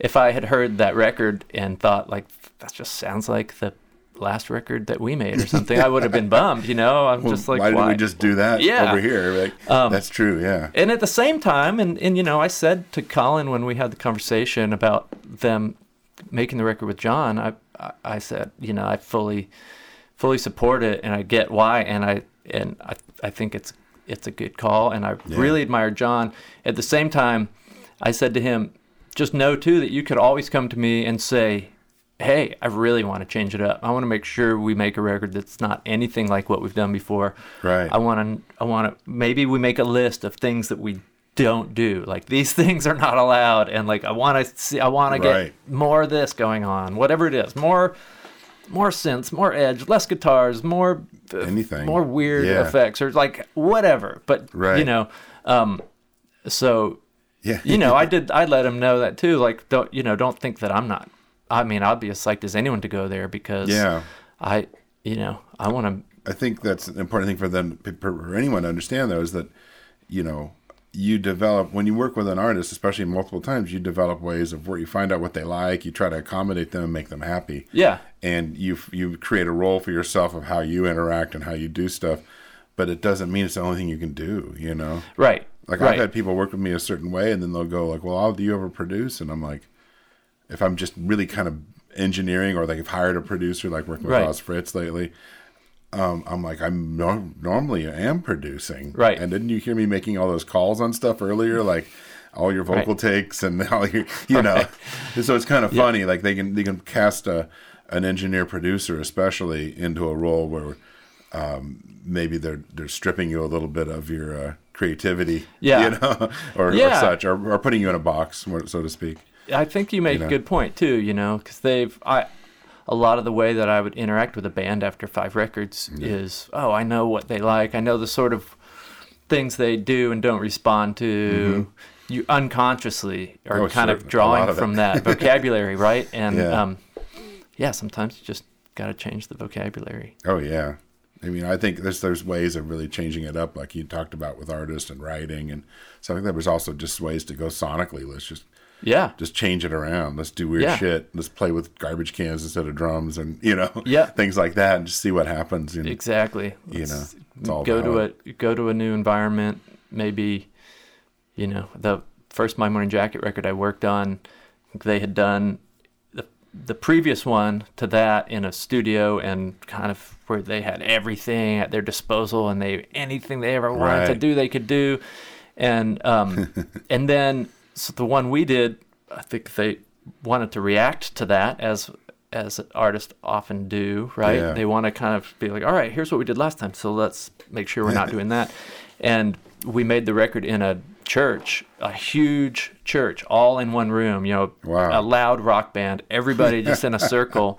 [SPEAKER 3] if i had heard that record and thought like that just sounds like the last record that we made or something i would have been bummed you know i'm just like
[SPEAKER 2] why,
[SPEAKER 3] why,
[SPEAKER 2] did we just do that
[SPEAKER 3] Yeah. Um,
[SPEAKER 2] over here like that's true yeah
[SPEAKER 3] and at the same time and, and you know i said to colin when we had the conversation about them making the record with john i I- i said you know i fully fully support it and i get why and i and i, I think it's it's a good call and i really admire john at the same time i said to him just know too that you could always come to me and say hey i really want to change it up i want to make sure we make a record that's not anything like what we've done before
[SPEAKER 2] Right.
[SPEAKER 3] i want to i want to maybe we make a list of things that we don't do like these things are not allowed and like i want to see i want to
[SPEAKER 2] Right.
[SPEAKER 3] get more of this going on whatever it is more more synths more edge less guitars more uh,
[SPEAKER 2] Anything.
[SPEAKER 3] more weird
[SPEAKER 2] Yeah.
[SPEAKER 3] effects or like whatever but
[SPEAKER 2] Right.
[SPEAKER 3] you know um so
[SPEAKER 2] yeah
[SPEAKER 3] you know, I did. I let him know that too. Like, don't you know? Don't think that I'm not. I mean, I'd be as psyched as anyone to go there because
[SPEAKER 2] Yeah.
[SPEAKER 3] I you know I want
[SPEAKER 2] i think that's an important thing for them for- for anyone to understand though is that you know you develop when you work with an artist especially multiple times you develop ways of where you find out what they like you try to accommodate them and make them happy
[SPEAKER 3] to yeah
[SPEAKER 2] and you you create a role for yourself of how you interact and how you do stuff but it doesn't mean it's the only thing you can do you know
[SPEAKER 3] right
[SPEAKER 2] Like
[SPEAKER 3] right
[SPEAKER 2] I've had people work with me a certain way, and then they'll go like, "Well, I'll, do you ever produce?" And I'm like, if I'm just really kind of engineering, or like I've hired a producer, like working with
[SPEAKER 3] Right.
[SPEAKER 2] Oz Fritz lately, um, I'm like, I'm nor normally am producing,
[SPEAKER 3] Right.
[SPEAKER 2] And didn't you hear me making all those calls on stuff earlier, like? All your vocal
[SPEAKER 3] Right.
[SPEAKER 2] takes and all your, you know, so it's kind of funny. Like they can they can cast a an engineer producer especially into a role where maybe they're they're stripping you a little bit of your uh, creativity,
[SPEAKER 3] Yeah.
[SPEAKER 2] you know, or, or
[SPEAKER 3] Yeah.
[SPEAKER 2] such, or, or putting you in a box, more- so to speak.
[SPEAKER 3] I think you make
[SPEAKER 2] know.
[SPEAKER 3] a good point too. You know, because they've I a lot of the way that I would interact with a band after five records is oh I know what they like. I know the sort of things they do and don't respond to. You unconsciously are
[SPEAKER 2] Mm-hmm. Oh,
[SPEAKER 3] kind
[SPEAKER 2] sure.
[SPEAKER 3] of
[SPEAKER 2] A
[SPEAKER 3] drawing
[SPEAKER 2] lot of
[SPEAKER 3] from
[SPEAKER 2] it.
[SPEAKER 3] that vocabulary, right? And
[SPEAKER 2] Yeah.
[SPEAKER 3] um, yeah, sometimes you just got to change the vocabulary.
[SPEAKER 2] Oh yeah, I mean, I think there's there's ways of really changing it up, like you talked about with artists and writing and stuff like that. There's also just ways to go sonically. Let's just
[SPEAKER 3] Yeah.
[SPEAKER 2] just change it around. Let's do weird
[SPEAKER 3] Yeah.
[SPEAKER 2] shit. Let's play with garbage cans instead of drums, and you know,
[SPEAKER 3] Yeah.
[SPEAKER 2] things like that, and just see what happens. And
[SPEAKER 3] Exactly.
[SPEAKER 2] You
[SPEAKER 3] Let's
[SPEAKER 2] know, it's all
[SPEAKER 3] go
[SPEAKER 2] valid.
[SPEAKER 3] to a go to a new environment. Maybe, you know, the first My Morning Jacket record I worked on, they had done the the previous one to that in a studio and kind of where they had everything at their disposal and they anything they ever wanted to
[SPEAKER 2] Right.
[SPEAKER 3] do they could do, and um and then so the one we did, I think they wanted to react to that as as artists often do, right?
[SPEAKER 2] Yeah.
[SPEAKER 3] They want to kind of be like, all right, here's what we did last time, so let's make sure we're not doing that. And we made the record in a church, a huge church, all in one room, you know,
[SPEAKER 2] Wow.
[SPEAKER 3] a loud rock band, everybody just in a circle,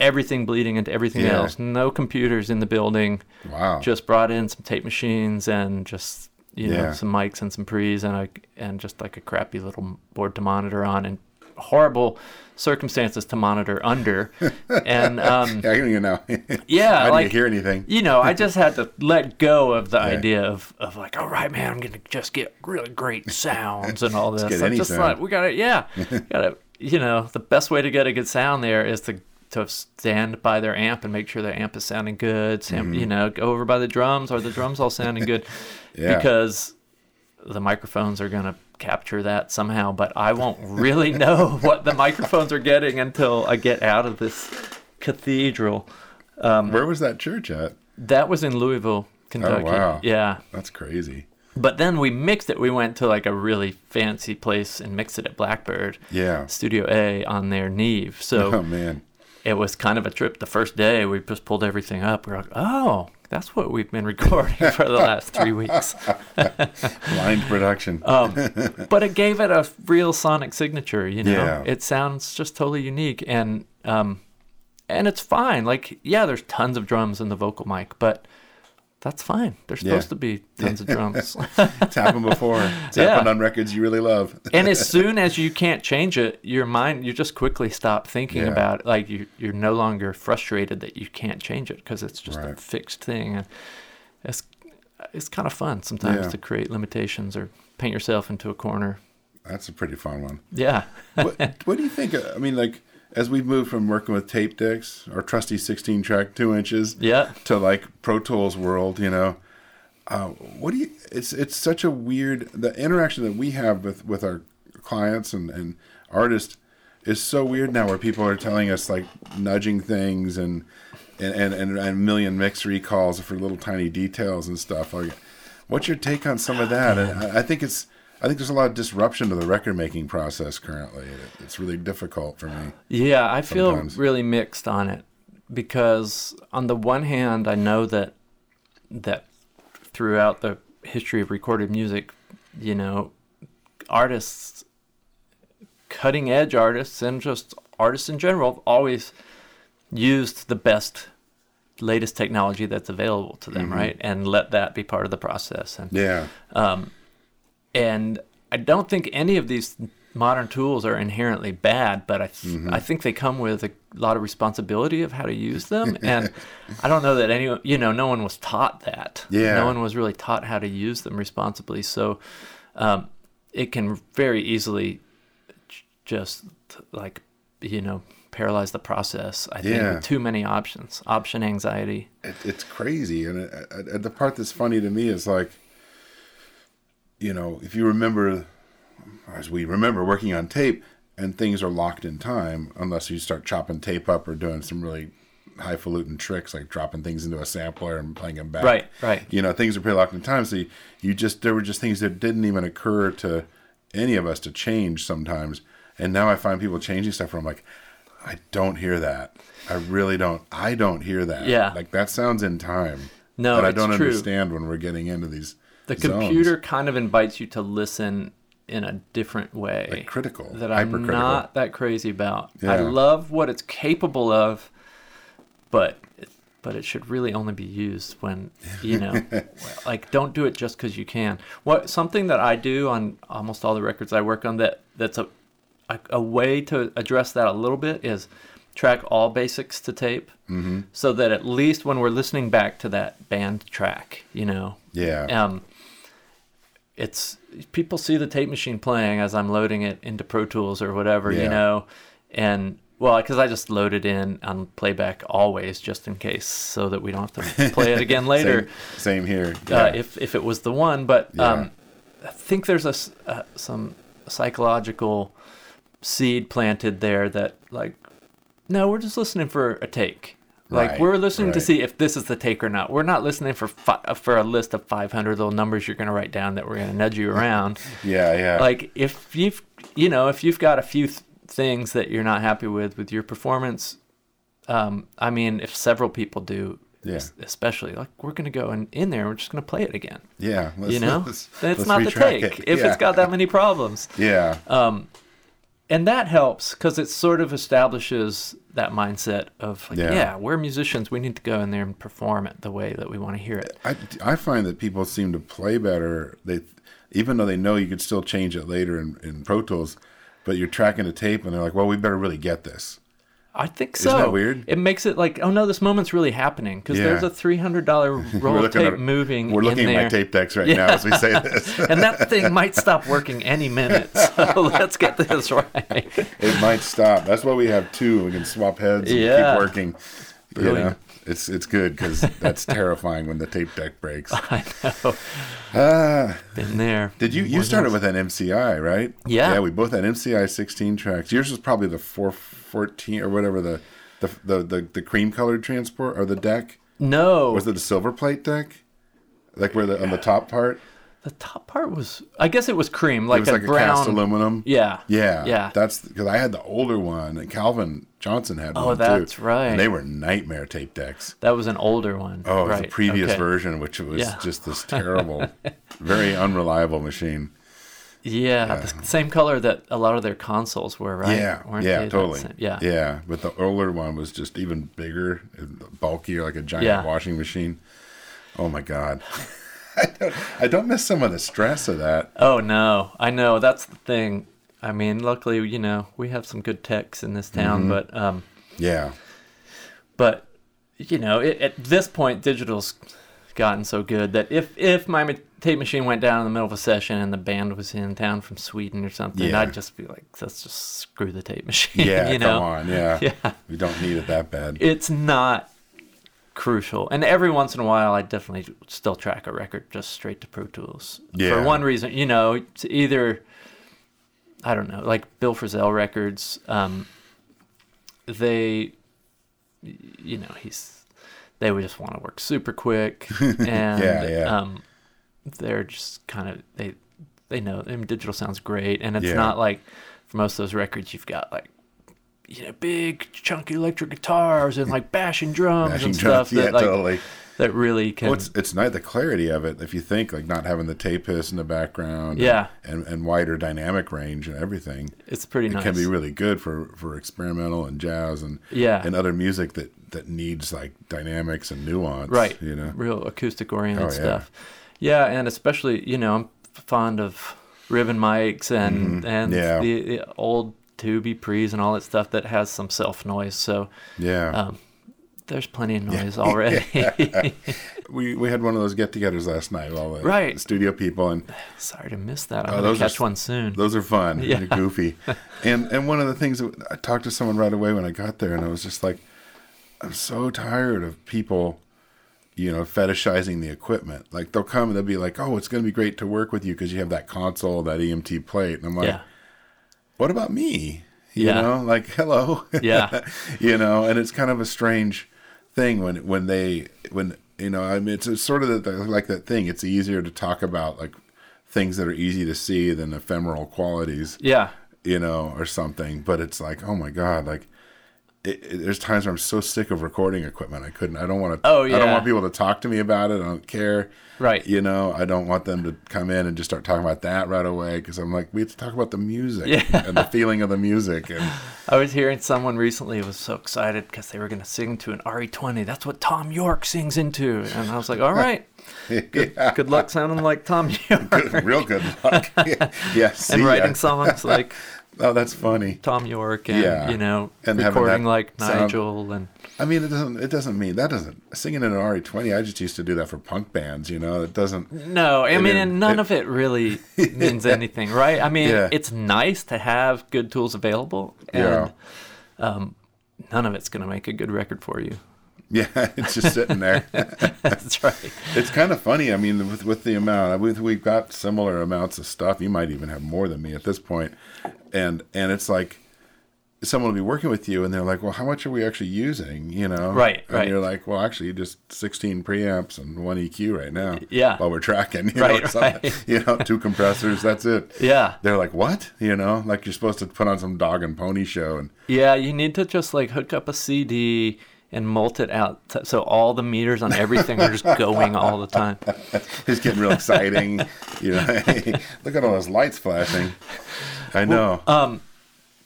[SPEAKER 3] everything bleeding into everything
[SPEAKER 2] Yeah.
[SPEAKER 3] else, no computers in the building,
[SPEAKER 2] wow,
[SPEAKER 3] just brought in some tape machines and just you
[SPEAKER 2] Yeah.
[SPEAKER 3] know some mics and some pre's and a and just like a crappy little board to monitor on and horrible circumstances to monitor under and um
[SPEAKER 2] yeah, I don't even know.
[SPEAKER 3] yeah
[SPEAKER 2] I didn't
[SPEAKER 3] like
[SPEAKER 2] hear anything.
[SPEAKER 3] you know i just had to let go of the idea of of like all right man i'm gonna just get really great sounds and all this
[SPEAKER 2] get
[SPEAKER 3] I'm
[SPEAKER 2] any
[SPEAKER 3] just
[SPEAKER 2] sound.
[SPEAKER 3] like we gotta yeah gotta you know the best way to get a good sound there is to to stand by their amp and make sure their amp is sounding good sam you
[SPEAKER 2] Mm-hmm.
[SPEAKER 3] know go over by the drums are the drums all sounding good
[SPEAKER 2] Yeah.
[SPEAKER 3] because the microphones are gonna capture that somehow but i won't really know what the microphones are getting until i get out of this cathedral
[SPEAKER 2] Where was that church at?
[SPEAKER 3] that was in Louisville, Kentucky.
[SPEAKER 2] Oh, wow.
[SPEAKER 3] Yeah.
[SPEAKER 2] That's crazy.
[SPEAKER 3] But then we mixed it. We went to like a really fancy place and mixed it at Blackbird
[SPEAKER 2] Yeah.
[SPEAKER 3] Studio A on their Neve. So
[SPEAKER 2] Oh man,
[SPEAKER 3] it was kind of a trip. The first day we just pulled everything up. We were like, oh, that's what we've been recording for the last three weeks.
[SPEAKER 2] blind production.
[SPEAKER 3] Um, But it gave it a real sonic signature, you know?
[SPEAKER 2] Yeah.
[SPEAKER 3] It sounds just totally unique. And, um, and it's fine. Like, yeah, there's tons of drums in the vocal mic, but that's fine. There's supposed to be tons of drums.
[SPEAKER 2] it's happened before. It's
[SPEAKER 3] Yeah.
[SPEAKER 2] happened on records you really love.
[SPEAKER 3] and as soon as you can't change it, your mind you just quickly stop thinking
[SPEAKER 2] Yeah.
[SPEAKER 3] about it. like you you're no longer frustrated that you can't change it because it's just a
[SPEAKER 2] Right.
[SPEAKER 3] fixed thing and it's it's kind of fun sometimes
[SPEAKER 2] Yeah.
[SPEAKER 3] to create limitations or paint yourself into a corner.
[SPEAKER 2] That's a pretty fun one.
[SPEAKER 3] Yeah.
[SPEAKER 2] what, what do you think? uh, I mean, like as we've moved from working with tape decks, our trusty 16 track two inches,
[SPEAKER 3] Yeah.
[SPEAKER 2] to like Pro Tools world, you know, uh, what do you? It's it's such a weird the interaction that we have with with our clients and and artists is so weird now, where people are telling us like nudging things and and and and, and a million mix recalls for little tiny details and stuff like. What's your take on some of that? And I I think it's I think there's a lot of disruption to the record making process currently. It- It's really difficult for me.
[SPEAKER 3] Yeah, I feel
[SPEAKER 2] Sometimes.
[SPEAKER 3] really mixed on it because on the one hand, I know that that throughout the history of recorded music, you know, artists cutting edge artists and just artists in general have always used the best latest technology that's available to them, right? And let that be part of the process and
[SPEAKER 2] Yeah.
[SPEAKER 3] and I don't think any of these modern tools are inherently bad, but I th-
[SPEAKER 2] Mm-hmm.
[SPEAKER 3] I think they come with a lot of responsibility of how to use them, and I don't know that anyone you know no one was taught that.
[SPEAKER 2] Yeah.
[SPEAKER 3] no one was really taught how to use them responsibly, so um, it can very easily j- just like you know paralyze the process. I think
[SPEAKER 2] Yeah.
[SPEAKER 3] with too many options, option anxiety.
[SPEAKER 2] it, it's crazy and it, it, it- the part that's funny to me is like you know if you remember as we remember working on tape and things are locked in time unless you start chopping tape up or doing some really highfalutin tricks like dropping things into a sampler and playing them back
[SPEAKER 3] Right, right.
[SPEAKER 2] you know things are pretty locked in time so you, you just there were just things that didn't even occur to any of us to change sometimes and now i find people changing stuff where i'm like i don't hear that i really don't i don't hear that
[SPEAKER 3] Yeah.
[SPEAKER 2] like that sounds in time.
[SPEAKER 3] No,
[SPEAKER 2] but I
[SPEAKER 3] it's
[SPEAKER 2] don't
[SPEAKER 3] true.
[SPEAKER 2] understand when we're getting into these.
[SPEAKER 3] The
[SPEAKER 2] zones.
[SPEAKER 3] computer kind of invites you to listen in a different way.
[SPEAKER 2] Like critical,
[SPEAKER 3] that I'm
[SPEAKER 2] hypercritical.
[SPEAKER 3] not that crazy about. I
[SPEAKER 2] Yeah.
[SPEAKER 3] love what it's capable of, but but it should really only be used when you know, like don't do it just because you can. What something that I do on almost all the records I work on that that's a a, a way to address that a little bit is track all basics to tape
[SPEAKER 2] Mm-hmm.
[SPEAKER 3] so that at least when we're listening back to that band track you know
[SPEAKER 2] Yeah.
[SPEAKER 3] um, it's people see the tape machine playing as I'm loading it into Pro Tools or whatever, you
[SPEAKER 2] Yeah.
[SPEAKER 3] know, and well, because I just load it in on playback always, just in case, so that we don't have to play it again later
[SPEAKER 2] Same, same here.
[SPEAKER 3] uh,
[SPEAKER 2] Yeah.
[SPEAKER 3] if if it was the one. But
[SPEAKER 2] Yeah.
[SPEAKER 3] um, I think there's a s- uh, some psychological seed planted there that like, no, we're just listening for a take. Like
[SPEAKER 2] Right,
[SPEAKER 3] we're listening to
[SPEAKER 2] right.
[SPEAKER 3] see if this is the take or not. We're not listening for fi- for a list of 500 little numbers you're going to write down that we're going to nudge you around.
[SPEAKER 2] yeah, yeah.
[SPEAKER 3] like if you've you know if you've got a few th- things that you're not happy with with your performance um i mean if several people do
[SPEAKER 2] Yeah.
[SPEAKER 3] es- especially like we're gonna go in, in there and we're just gonna play it again
[SPEAKER 2] yeah. Let's,
[SPEAKER 3] you know
[SPEAKER 2] let's-
[SPEAKER 3] that's
[SPEAKER 2] let's
[SPEAKER 3] not the
[SPEAKER 2] retry
[SPEAKER 3] take
[SPEAKER 2] it.
[SPEAKER 3] if
[SPEAKER 2] yeah.
[SPEAKER 3] it's got that many problems
[SPEAKER 2] Yeah.
[SPEAKER 3] and that helps because it sort of establishes that mindset of like,
[SPEAKER 2] Yeah.
[SPEAKER 3] yeah. we're musicians we need to go in there and perform it the way that we want to hear it
[SPEAKER 2] I, I find that people seem to play better. They even though they know you can still change it later in, in Pro Tools, but you're tracking a tape and they're like, "Well, we better really get this."
[SPEAKER 3] i think so
[SPEAKER 2] Isn't that weird?
[SPEAKER 3] it makes it like oh no this moment's really happening because
[SPEAKER 2] Yeah.
[SPEAKER 3] there's a $300 roll of
[SPEAKER 2] looking
[SPEAKER 3] tape
[SPEAKER 2] at-
[SPEAKER 3] moving
[SPEAKER 2] We're looking
[SPEAKER 3] in
[SPEAKER 2] at
[SPEAKER 3] there.
[SPEAKER 2] my tape decks right now as we say this.
[SPEAKER 3] and that thing might stop working any minute. So let's get this right.
[SPEAKER 2] it might stop. That's why we have two. We can swap heads and
[SPEAKER 3] Yeah.
[SPEAKER 2] keep working. You know,
[SPEAKER 3] Brilliant.
[SPEAKER 2] it's it's good because that's terrifying when the tape deck breaks.
[SPEAKER 3] I know.
[SPEAKER 2] Ah,
[SPEAKER 3] Been there.
[SPEAKER 2] did you you started with an MCI right?
[SPEAKER 3] Yeah.
[SPEAKER 2] Yeah, we both had MCI 16 tracks. Yours was probably the 414 or whatever the the the the, the cream colored transport or the deck.
[SPEAKER 3] No,
[SPEAKER 2] Was it the silver plate deck? Like where the on the top part?
[SPEAKER 3] the top part was. I guess it was cream, like
[SPEAKER 2] It was
[SPEAKER 3] a
[SPEAKER 2] like
[SPEAKER 3] brown.
[SPEAKER 2] a cast aluminum.
[SPEAKER 3] Yeah.
[SPEAKER 2] Yeah,
[SPEAKER 3] Yeah.
[SPEAKER 2] That's because I had the older one, and Calvin Johnson had one
[SPEAKER 3] Oh, that's
[SPEAKER 2] too.
[SPEAKER 3] right.
[SPEAKER 2] And they were nightmare tape decks.
[SPEAKER 3] that was an older one.
[SPEAKER 2] Oh, it was
[SPEAKER 3] right.
[SPEAKER 2] the previous
[SPEAKER 3] okay.
[SPEAKER 2] version, which was
[SPEAKER 3] Yeah.
[SPEAKER 2] just this terrible, very unreliable machine.
[SPEAKER 3] Yeah, the same color that a lot of their consoles were, right?
[SPEAKER 2] Yeah,
[SPEAKER 3] Weren't they
[SPEAKER 2] yeah,
[SPEAKER 3] that
[SPEAKER 2] totally.
[SPEAKER 3] same- Yeah.
[SPEAKER 2] yeah. But the older one was just even bigger, and bulkier, like a giant
[SPEAKER 3] Yeah.
[SPEAKER 2] washing machine. Oh my god, I don't, I don't miss some of the stress of that.
[SPEAKER 3] Oh no, I know that's the thing. I mean, luckily, you know, we have some good techs in this town,
[SPEAKER 2] Mm-hmm.
[SPEAKER 3] but um,
[SPEAKER 2] Yeah,
[SPEAKER 3] but you know it, at this point digital's gotten so good that if if my ma- tape machine went down in the middle of a session and the band was in town from sweden or something
[SPEAKER 2] Yeah.
[SPEAKER 3] i'd just be like let's just screw the tape machine
[SPEAKER 2] yeah.
[SPEAKER 3] you know
[SPEAKER 2] come on, yeah.
[SPEAKER 3] Yeah.
[SPEAKER 2] We don't need it that bad.
[SPEAKER 3] it's not crucial and every once in a while i definitely still track a record just straight to pro tools
[SPEAKER 2] Yeah.
[SPEAKER 3] for one reason you know it's either i don't know like bill frisell records um they y- you know he's they would just want to work super quick and
[SPEAKER 2] Yeah, yeah.
[SPEAKER 3] um they're just kind of they they know I mean, digital sounds great and it's
[SPEAKER 2] Yeah.
[SPEAKER 3] not like for most of those records you've got like you know big chunky electric guitars and like bashing drums
[SPEAKER 2] Bashing
[SPEAKER 3] and stuff
[SPEAKER 2] drums, yeah,
[SPEAKER 3] that like
[SPEAKER 2] totally.
[SPEAKER 3] that really can
[SPEAKER 2] Well, it's it's not the clarity of it. If you think like not having the tape hiss in the background,
[SPEAKER 3] Yeah.
[SPEAKER 2] and, and wider dynamic range and everything,
[SPEAKER 3] it's pretty
[SPEAKER 2] it
[SPEAKER 3] nice
[SPEAKER 2] can be really good for for experimental and jazz and
[SPEAKER 3] Yeah.
[SPEAKER 2] and other music that that needs like dynamics and nuance,
[SPEAKER 3] right
[SPEAKER 2] You know,
[SPEAKER 3] real acoustic oriented
[SPEAKER 2] Oh, yeah.
[SPEAKER 3] stuff yeah and especially you know i'm fond of ribbon mics and
[SPEAKER 2] Mm-hmm.
[SPEAKER 3] and
[SPEAKER 2] Yeah.
[SPEAKER 3] the, the old tubey pre's and all that stuff that has some self noise so
[SPEAKER 2] yeah.
[SPEAKER 3] um there's plenty of noise already
[SPEAKER 2] we we had one of those get-togethers last night, with all the
[SPEAKER 3] Right.
[SPEAKER 2] studio people, and
[SPEAKER 3] Sorry to miss that. I'm
[SPEAKER 2] Oh,
[SPEAKER 3] gonna
[SPEAKER 2] those are
[SPEAKER 3] catch
[SPEAKER 2] s-
[SPEAKER 3] one soon.
[SPEAKER 2] Those are fun.
[SPEAKER 3] Yeah.
[SPEAKER 2] They're goofy. And and one of the things that I talked to someone right away when I got there, and I was just like, I'm so tired of people, you know, fetishizing the equipment. Like they'll come and they'll be like, "Oh, it's going to be great to work with you because you have that console, that EMT plate." And I'm like,
[SPEAKER 3] yeah,
[SPEAKER 2] "What about me?" You
[SPEAKER 3] Yeah.
[SPEAKER 2] know, like, "Hello."
[SPEAKER 3] Yeah.
[SPEAKER 2] you know, and it's kind of a strange thing when when they when you know, I mean, it's, it's sort of the, like that thing. It's easier to talk about like things that are easy to see than ephemeral qualities
[SPEAKER 3] yeah,
[SPEAKER 2] you know, or something. But it's like, oh my god, like it, it- there's times where I'm so sick of recording equipment. I couldn't. I don't want to.
[SPEAKER 3] Oh,
[SPEAKER 2] I don't
[SPEAKER 3] yeah.
[SPEAKER 2] want people to talk to me about it. I don't care.
[SPEAKER 3] Right.
[SPEAKER 2] You know, I don't want them to come in and just start talking about that right away because I'm like, we have to talk about the music
[SPEAKER 3] Yeah.
[SPEAKER 2] and the feeling of the music. And
[SPEAKER 3] I was hearing someone recently was so excited because they were gonna sing to an RE20. That's what Tom York sings into, and I was like, all right, good, good luck sounding like Tom York
[SPEAKER 2] real good luck. yeah. See
[SPEAKER 3] and
[SPEAKER 2] ya.
[SPEAKER 3] writing songs like
[SPEAKER 2] Oh, that's funny.
[SPEAKER 3] Tom York and
[SPEAKER 2] Yeah.
[SPEAKER 3] you know
[SPEAKER 2] And having
[SPEAKER 3] recording
[SPEAKER 2] that
[SPEAKER 3] like
[SPEAKER 2] sound-
[SPEAKER 3] Nigel and
[SPEAKER 2] I mean, it doesn't. It doesn't mean that doesn't singing in an RE20. I just used to do that for punk bands. You know, it doesn't.
[SPEAKER 3] no, I
[SPEAKER 2] It
[SPEAKER 3] mean,
[SPEAKER 2] is-
[SPEAKER 3] and
[SPEAKER 2] it-
[SPEAKER 3] none of it really means anything, right? I mean,
[SPEAKER 2] Yeah.
[SPEAKER 3] it's nice to have good tools available, and
[SPEAKER 2] Yeah.
[SPEAKER 3] um, none of it's going to make a good record for you.
[SPEAKER 2] Yeah, it's just sitting there.
[SPEAKER 3] That's right.
[SPEAKER 2] it's kind of funny. I mean, with with the amount, we've, we've got similar amounts of stuff. You might even have more than me at this point, and and it's like someone will be working with you, and they're like, "Well, how much are we actually using?" You know,
[SPEAKER 3] Right,
[SPEAKER 2] And
[SPEAKER 3] right.
[SPEAKER 2] you're like, "Well, actually, just 16 preamps and one EQ right now."
[SPEAKER 3] Yeah.
[SPEAKER 2] while we're tracking, you
[SPEAKER 3] Right,
[SPEAKER 2] know, something.
[SPEAKER 3] right.
[SPEAKER 2] you know, two compressors. That's it.
[SPEAKER 3] Yeah.
[SPEAKER 2] They're like, "What?" You know, like you're supposed to put on some dog and pony show, and
[SPEAKER 3] Yeah, you need to just like hook up a CD and molt it out t- so all the meters on everything are just going all the time.
[SPEAKER 2] it's getting real exciting. you know, look at all those lights flashing. I know.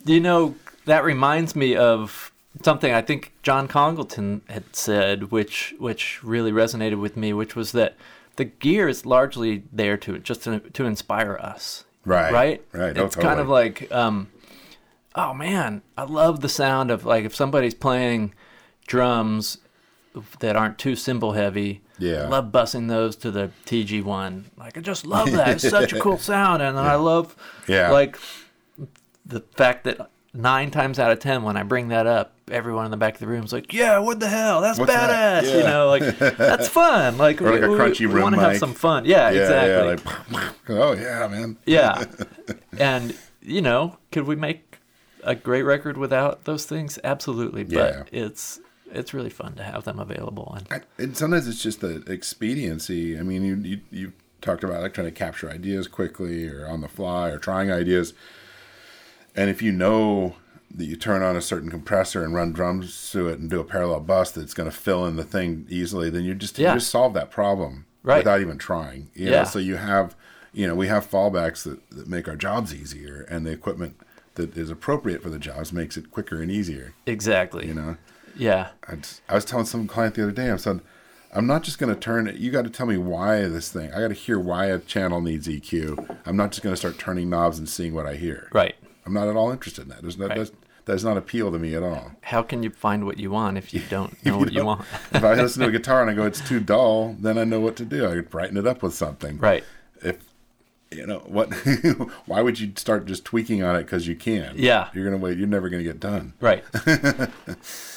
[SPEAKER 3] You know, that reminds me of something I think John Congleton had said which which really resonated with me, which was that the gear is largely there to just to, to inspire us.
[SPEAKER 2] Right,
[SPEAKER 3] Right?
[SPEAKER 2] right, oh,
[SPEAKER 3] It's kind of
[SPEAKER 2] totally.
[SPEAKER 3] like um oh man, I love the sound of like if somebody's playing drums that aren't too cymbal heavy.
[SPEAKER 2] Yeah.
[SPEAKER 3] Love bussing those to the TG1. Like I just love that. It's such a cool sound and I love
[SPEAKER 2] Yeah.
[SPEAKER 3] like the fact that 9 times out of 10 when I bring that up, everyone in the back of the room is like, "Yeah, what the hell? That's
[SPEAKER 2] What's
[SPEAKER 3] badass."
[SPEAKER 2] that?
[SPEAKER 3] You
[SPEAKER 2] Yeah.
[SPEAKER 3] know, like that's fun. Like,
[SPEAKER 2] Or like
[SPEAKER 3] we,
[SPEAKER 2] a crunchy room
[SPEAKER 3] want to have
[SPEAKER 2] mic.
[SPEAKER 3] some fun. Yeah, exactly.
[SPEAKER 2] Yeah, like, oh yeah, man.
[SPEAKER 3] Yeah. and, you know, could we make a great record without those things? Absolutely. But it's it's really fun to have them available. And
[SPEAKER 2] And sometimes it's just the expediency. I mean, you you you talked about like trying to capture ideas quickly or on the fly or trying ideas. And if you know that you turn on a certain compressor and run drums to it and do a parallel bus that's going to fill in the thing easily, then you just
[SPEAKER 3] Yeah.
[SPEAKER 2] you just solve that problem
[SPEAKER 3] Right.
[SPEAKER 2] without even trying. You know?
[SPEAKER 3] Yeah.
[SPEAKER 2] So you have you know we have fallbacks that, that make our jobs easier and the equipment that is appropriate for the jobs makes it quicker and easier.
[SPEAKER 3] exactly.
[SPEAKER 2] You know.
[SPEAKER 3] Yeah.
[SPEAKER 2] I, just- I was telling some client the other day, I said, I'm not just going to turn it. You got to tell me why this thing. I got to hear why a channel needs EQ. I'm not just going to start turning knobs and seeing what I hear.
[SPEAKER 3] Right.
[SPEAKER 2] I'm not at all interested in that. There's no,
[SPEAKER 3] Right.
[SPEAKER 2] that's, that does not appeal to me at all.
[SPEAKER 3] How can you find what you want if you don't know
[SPEAKER 2] you
[SPEAKER 3] what you
[SPEAKER 2] don't-
[SPEAKER 3] want?
[SPEAKER 2] if I listen to a guitar and I go, it's too dull, then I know what to do. I could brighten it up with something.
[SPEAKER 3] Right.
[SPEAKER 2] If you know what, why would you start just tweaking on it because you can?
[SPEAKER 3] Yeah.
[SPEAKER 2] You're gonna wait. You're never gonna get done.
[SPEAKER 3] Right.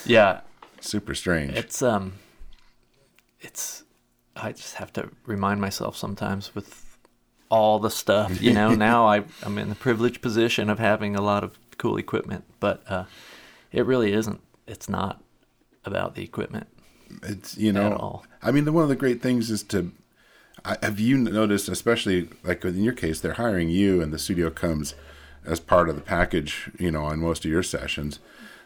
[SPEAKER 3] yeah.
[SPEAKER 2] Super strange.
[SPEAKER 3] It's um it's I just have to remind myself sometimes with all the stuff, you know, now I I'm in the privileged position of having a lot of cool equipment, but uh it really isn't it's not about the equipment.
[SPEAKER 2] It's you know,
[SPEAKER 3] all.
[SPEAKER 2] I mean, the, one of the great things is to. I, have you noticed, especially like in your case, they're hiring you, and the studio comes as part of the package, you know, on most of your sessions.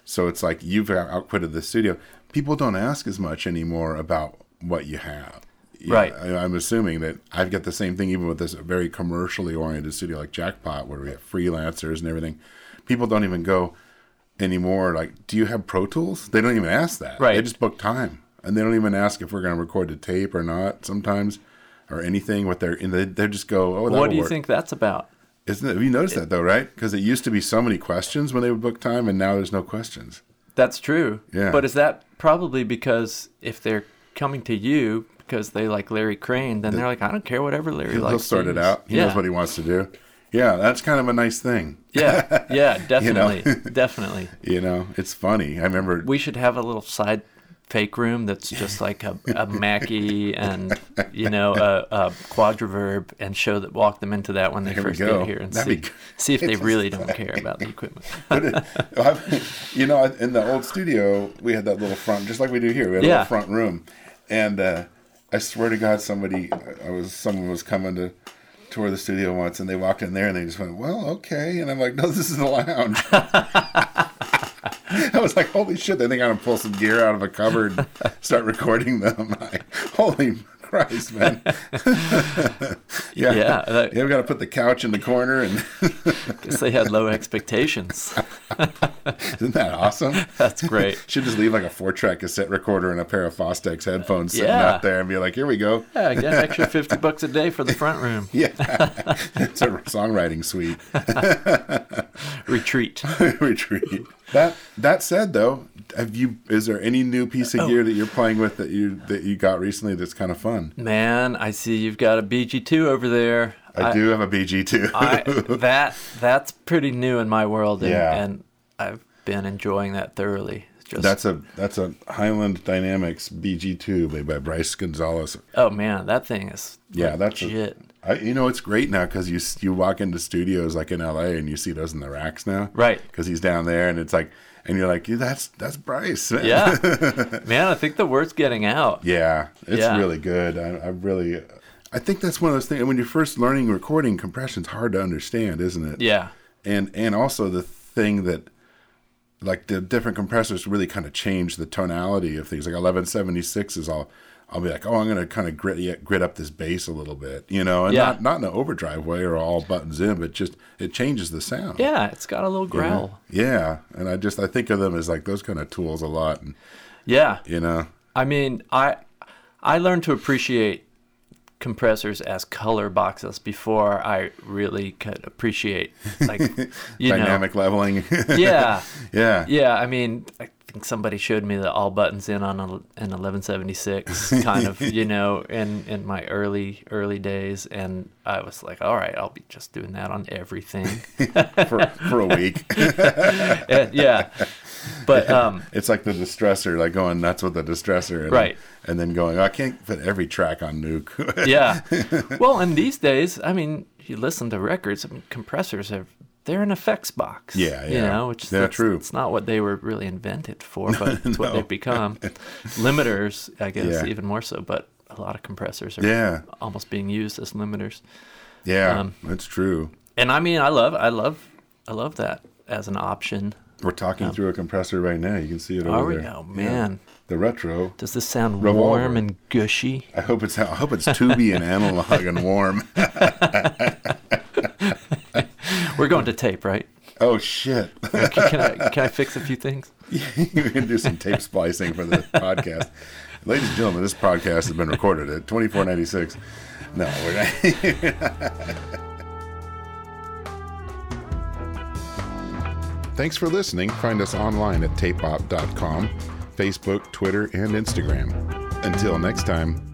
[SPEAKER 2] So it's like you've out- outquitted the studio. People don't ask as much anymore about what you have. You
[SPEAKER 3] Right.
[SPEAKER 2] know, I, I'm assuming that I've got the same thing, even with this very commercially oriented studio like Jackpot, where we have freelancers and everything. People don't even go anymore. Like, do you have Pro Tools? They don't even ask that. They
[SPEAKER 3] Right.
[SPEAKER 2] just book time, and they don't even ask if we're going to record to tape or not. Sometimes, or anything. What they're and they they just go, oh, that'll
[SPEAKER 3] what do you
[SPEAKER 2] work.
[SPEAKER 3] think that's about?
[SPEAKER 2] Isn't it, have you noticed that though, right? Because it used to be so many questions when they would book time, and now there's no questions.
[SPEAKER 3] That's true.
[SPEAKER 2] Yeah.
[SPEAKER 3] But is that probably because if they're coming to you because they like Larry Crane, then they're like, I don't care whatever Larry
[SPEAKER 2] He'll
[SPEAKER 3] likes. to
[SPEAKER 2] sort it
[SPEAKER 3] use."
[SPEAKER 2] out. He
[SPEAKER 3] yeah.
[SPEAKER 2] knows what he wants to do. Yeah, that's kind of a nice thing.
[SPEAKER 3] yeah, yeah,
[SPEAKER 2] You know?
[SPEAKER 3] definitely, definitely.
[SPEAKER 2] You know, it's funny. I remember.
[SPEAKER 3] We should have a little side fake room that's just like a, a Mackie and you know a, a Quadriverb, and show that walk them into that when they
[SPEAKER 2] Here we
[SPEAKER 3] first
[SPEAKER 2] go.
[SPEAKER 3] get here and
[SPEAKER 2] That'd be
[SPEAKER 3] see
[SPEAKER 2] good.
[SPEAKER 3] see if they really don't care about the equipment.
[SPEAKER 2] But it- I've- you know, in the old studio, we had that little front, just like we do here. We had a
[SPEAKER 3] Yeah.
[SPEAKER 2] little front room, and uh, I swear to God, somebody, I was, someone was coming to tour the studio once, and they walked in there, and they just went, "Well, okay," and I'm like, "No, this is the lounge." I was like, "Holy shit!" They think I'm gonna pull some gear out of a cupboard, and start recording them. I, Holy Christ, man! yeah,
[SPEAKER 3] Yeah, that-
[SPEAKER 2] yeah. We gotta put the couch in the corner, and
[SPEAKER 3] Because they had low expectations.
[SPEAKER 2] isn't that awesome?
[SPEAKER 3] That's great.
[SPEAKER 2] Should just leave like a four track cassette recorder and a pair of Fostex headphones sitting
[SPEAKER 3] Yeah.
[SPEAKER 2] out there and be like, here we go.
[SPEAKER 3] Yeah, get an extra fifty bucks a day for the front room,
[SPEAKER 2] Yeah. it's a songwriting suite.
[SPEAKER 3] retreat.
[SPEAKER 2] retreat. That that said, though, have you? Is there any new piece
[SPEAKER 3] Oh.
[SPEAKER 2] of gear that you're playing with that you that you got recently that's kind of fun?
[SPEAKER 3] Man, I see you've got a BG2 over there.
[SPEAKER 2] I, do have a BG too.
[SPEAKER 3] I, that that's pretty new in my world, and,
[SPEAKER 2] Yeah.
[SPEAKER 3] and I've been enjoying that thoroughly. It's Just
[SPEAKER 2] that's a that's a Highland Dynamics BG two made by Bryce Gonzalez.
[SPEAKER 3] oh man, that thing is
[SPEAKER 2] Yeah, that's a-
[SPEAKER 3] legit.
[SPEAKER 2] I, you know it's great now because you s- you walk into studios like in LA and you see those in the racks now,
[SPEAKER 3] Right.
[SPEAKER 2] Because he's down there and it's like, and you're like, yeah, that's that's Bryce. man."
[SPEAKER 3] yeah, man, I think the word's getting out.
[SPEAKER 2] Yeah, it's
[SPEAKER 3] Yeah.
[SPEAKER 2] really good. I, I really, I think that's one of those things. When you're first learning recording, compression's hard to understand, isn't it?
[SPEAKER 3] Yeah,
[SPEAKER 2] And and also the thing that, like the different compressors really kind of change the tonality of things. Like 1176 is all. I'll be like, oh, I'm gonna kind of grit yeah, grit up this bass a little bit, you know, and
[SPEAKER 3] Yeah.
[SPEAKER 2] not not in an overdrive way or all buttons in, but just it changes the sound.
[SPEAKER 3] yeah, it's got a little growl.
[SPEAKER 2] Yeah, and I just I think of them as like those kind of tools a lot, and
[SPEAKER 3] Yeah,
[SPEAKER 2] you know,
[SPEAKER 3] I mean, I I learned to appreciate compressors as color boxes before I really could appreciate like you
[SPEAKER 2] dynamic leveling.
[SPEAKER 3] know yeah
[SPEAKER 2] yeah,
[SPEAKER 3] yeah I mean I think somebody showed me the all buttons in on a, an 1176 kind of you know in in my early early days and I was like all right I'll be just doing that on everything
[SPEAKER 2] for, for a week.
[SPEAKER 3] And, Eh, yeah but um
[SPEAKER 2] It's like the distressor, like going nuts with the distressor, and,
[SPEAKER 3] Right.
[SPEAKER 2] And then going, "Oh, I can't put every track on Nuke.
[SPEAKER 3] yeah. Well, and these days, I mean, you listen to records. I mean, compressors have they're an effects box.
[SPEAKER 2] Yeah,
[SPEAKER 3] You
[SPEAKER 2] yeah.
[SPEAKER 3] know, which
[SPEAKER 2] Yeah,
[SPEAKER 3] that's-
[SPEAKER 2] true.
[SPEAKER 3] It's not what they were really invented for, but it's what they've become. limiters, I guess,
[SPEAKER 2] Yeah.
[SPEAKER 3] even more so. But a lot of compressors are
[SPEAKER 2] yeah,
[SPEAKER 3] almost being used as limiters.
[SPEAKER 2] yeah,
[SPEAKER 3] Um,
[SPEAKER 2] that's true.
[SPEAKER 3] And I mean, I love, I love, I love that as an option.
[SPEAKER 2] We're talking through a compressor right now. You can see it
[SPEAKER 3] Are
[SPEAKER 2] over
[SPEAKER 3] we?
[SPEAKER 2] there.
[SPEAKER 3] Oh
[SPEAKER 2] Yeah.
[SPEAKER 3] man,
[SPEAKER 2] The retro.
[SPEAKER 3] does this sound
[SPEAKER 2] Revolver.
[SPEAKER 3] warm and gushy?
[SPEAKER 2] I hope it's I hope it's tubey and analog and warm.
[SPEAKER 3] We're going to tape, right?
[SPEAKER 2] Oh shit!
[SPEAKER 3] Can I, can I fix a few things?
[SPEAKER 2] we can do some tape splicing for the podcast. Ladies and gentlemen, this podcast has been recorded at 2496. No, we're not. Thanks for listening. Find us online at tapebop.com, Facebook, Twitter, and Instagram. Until next time,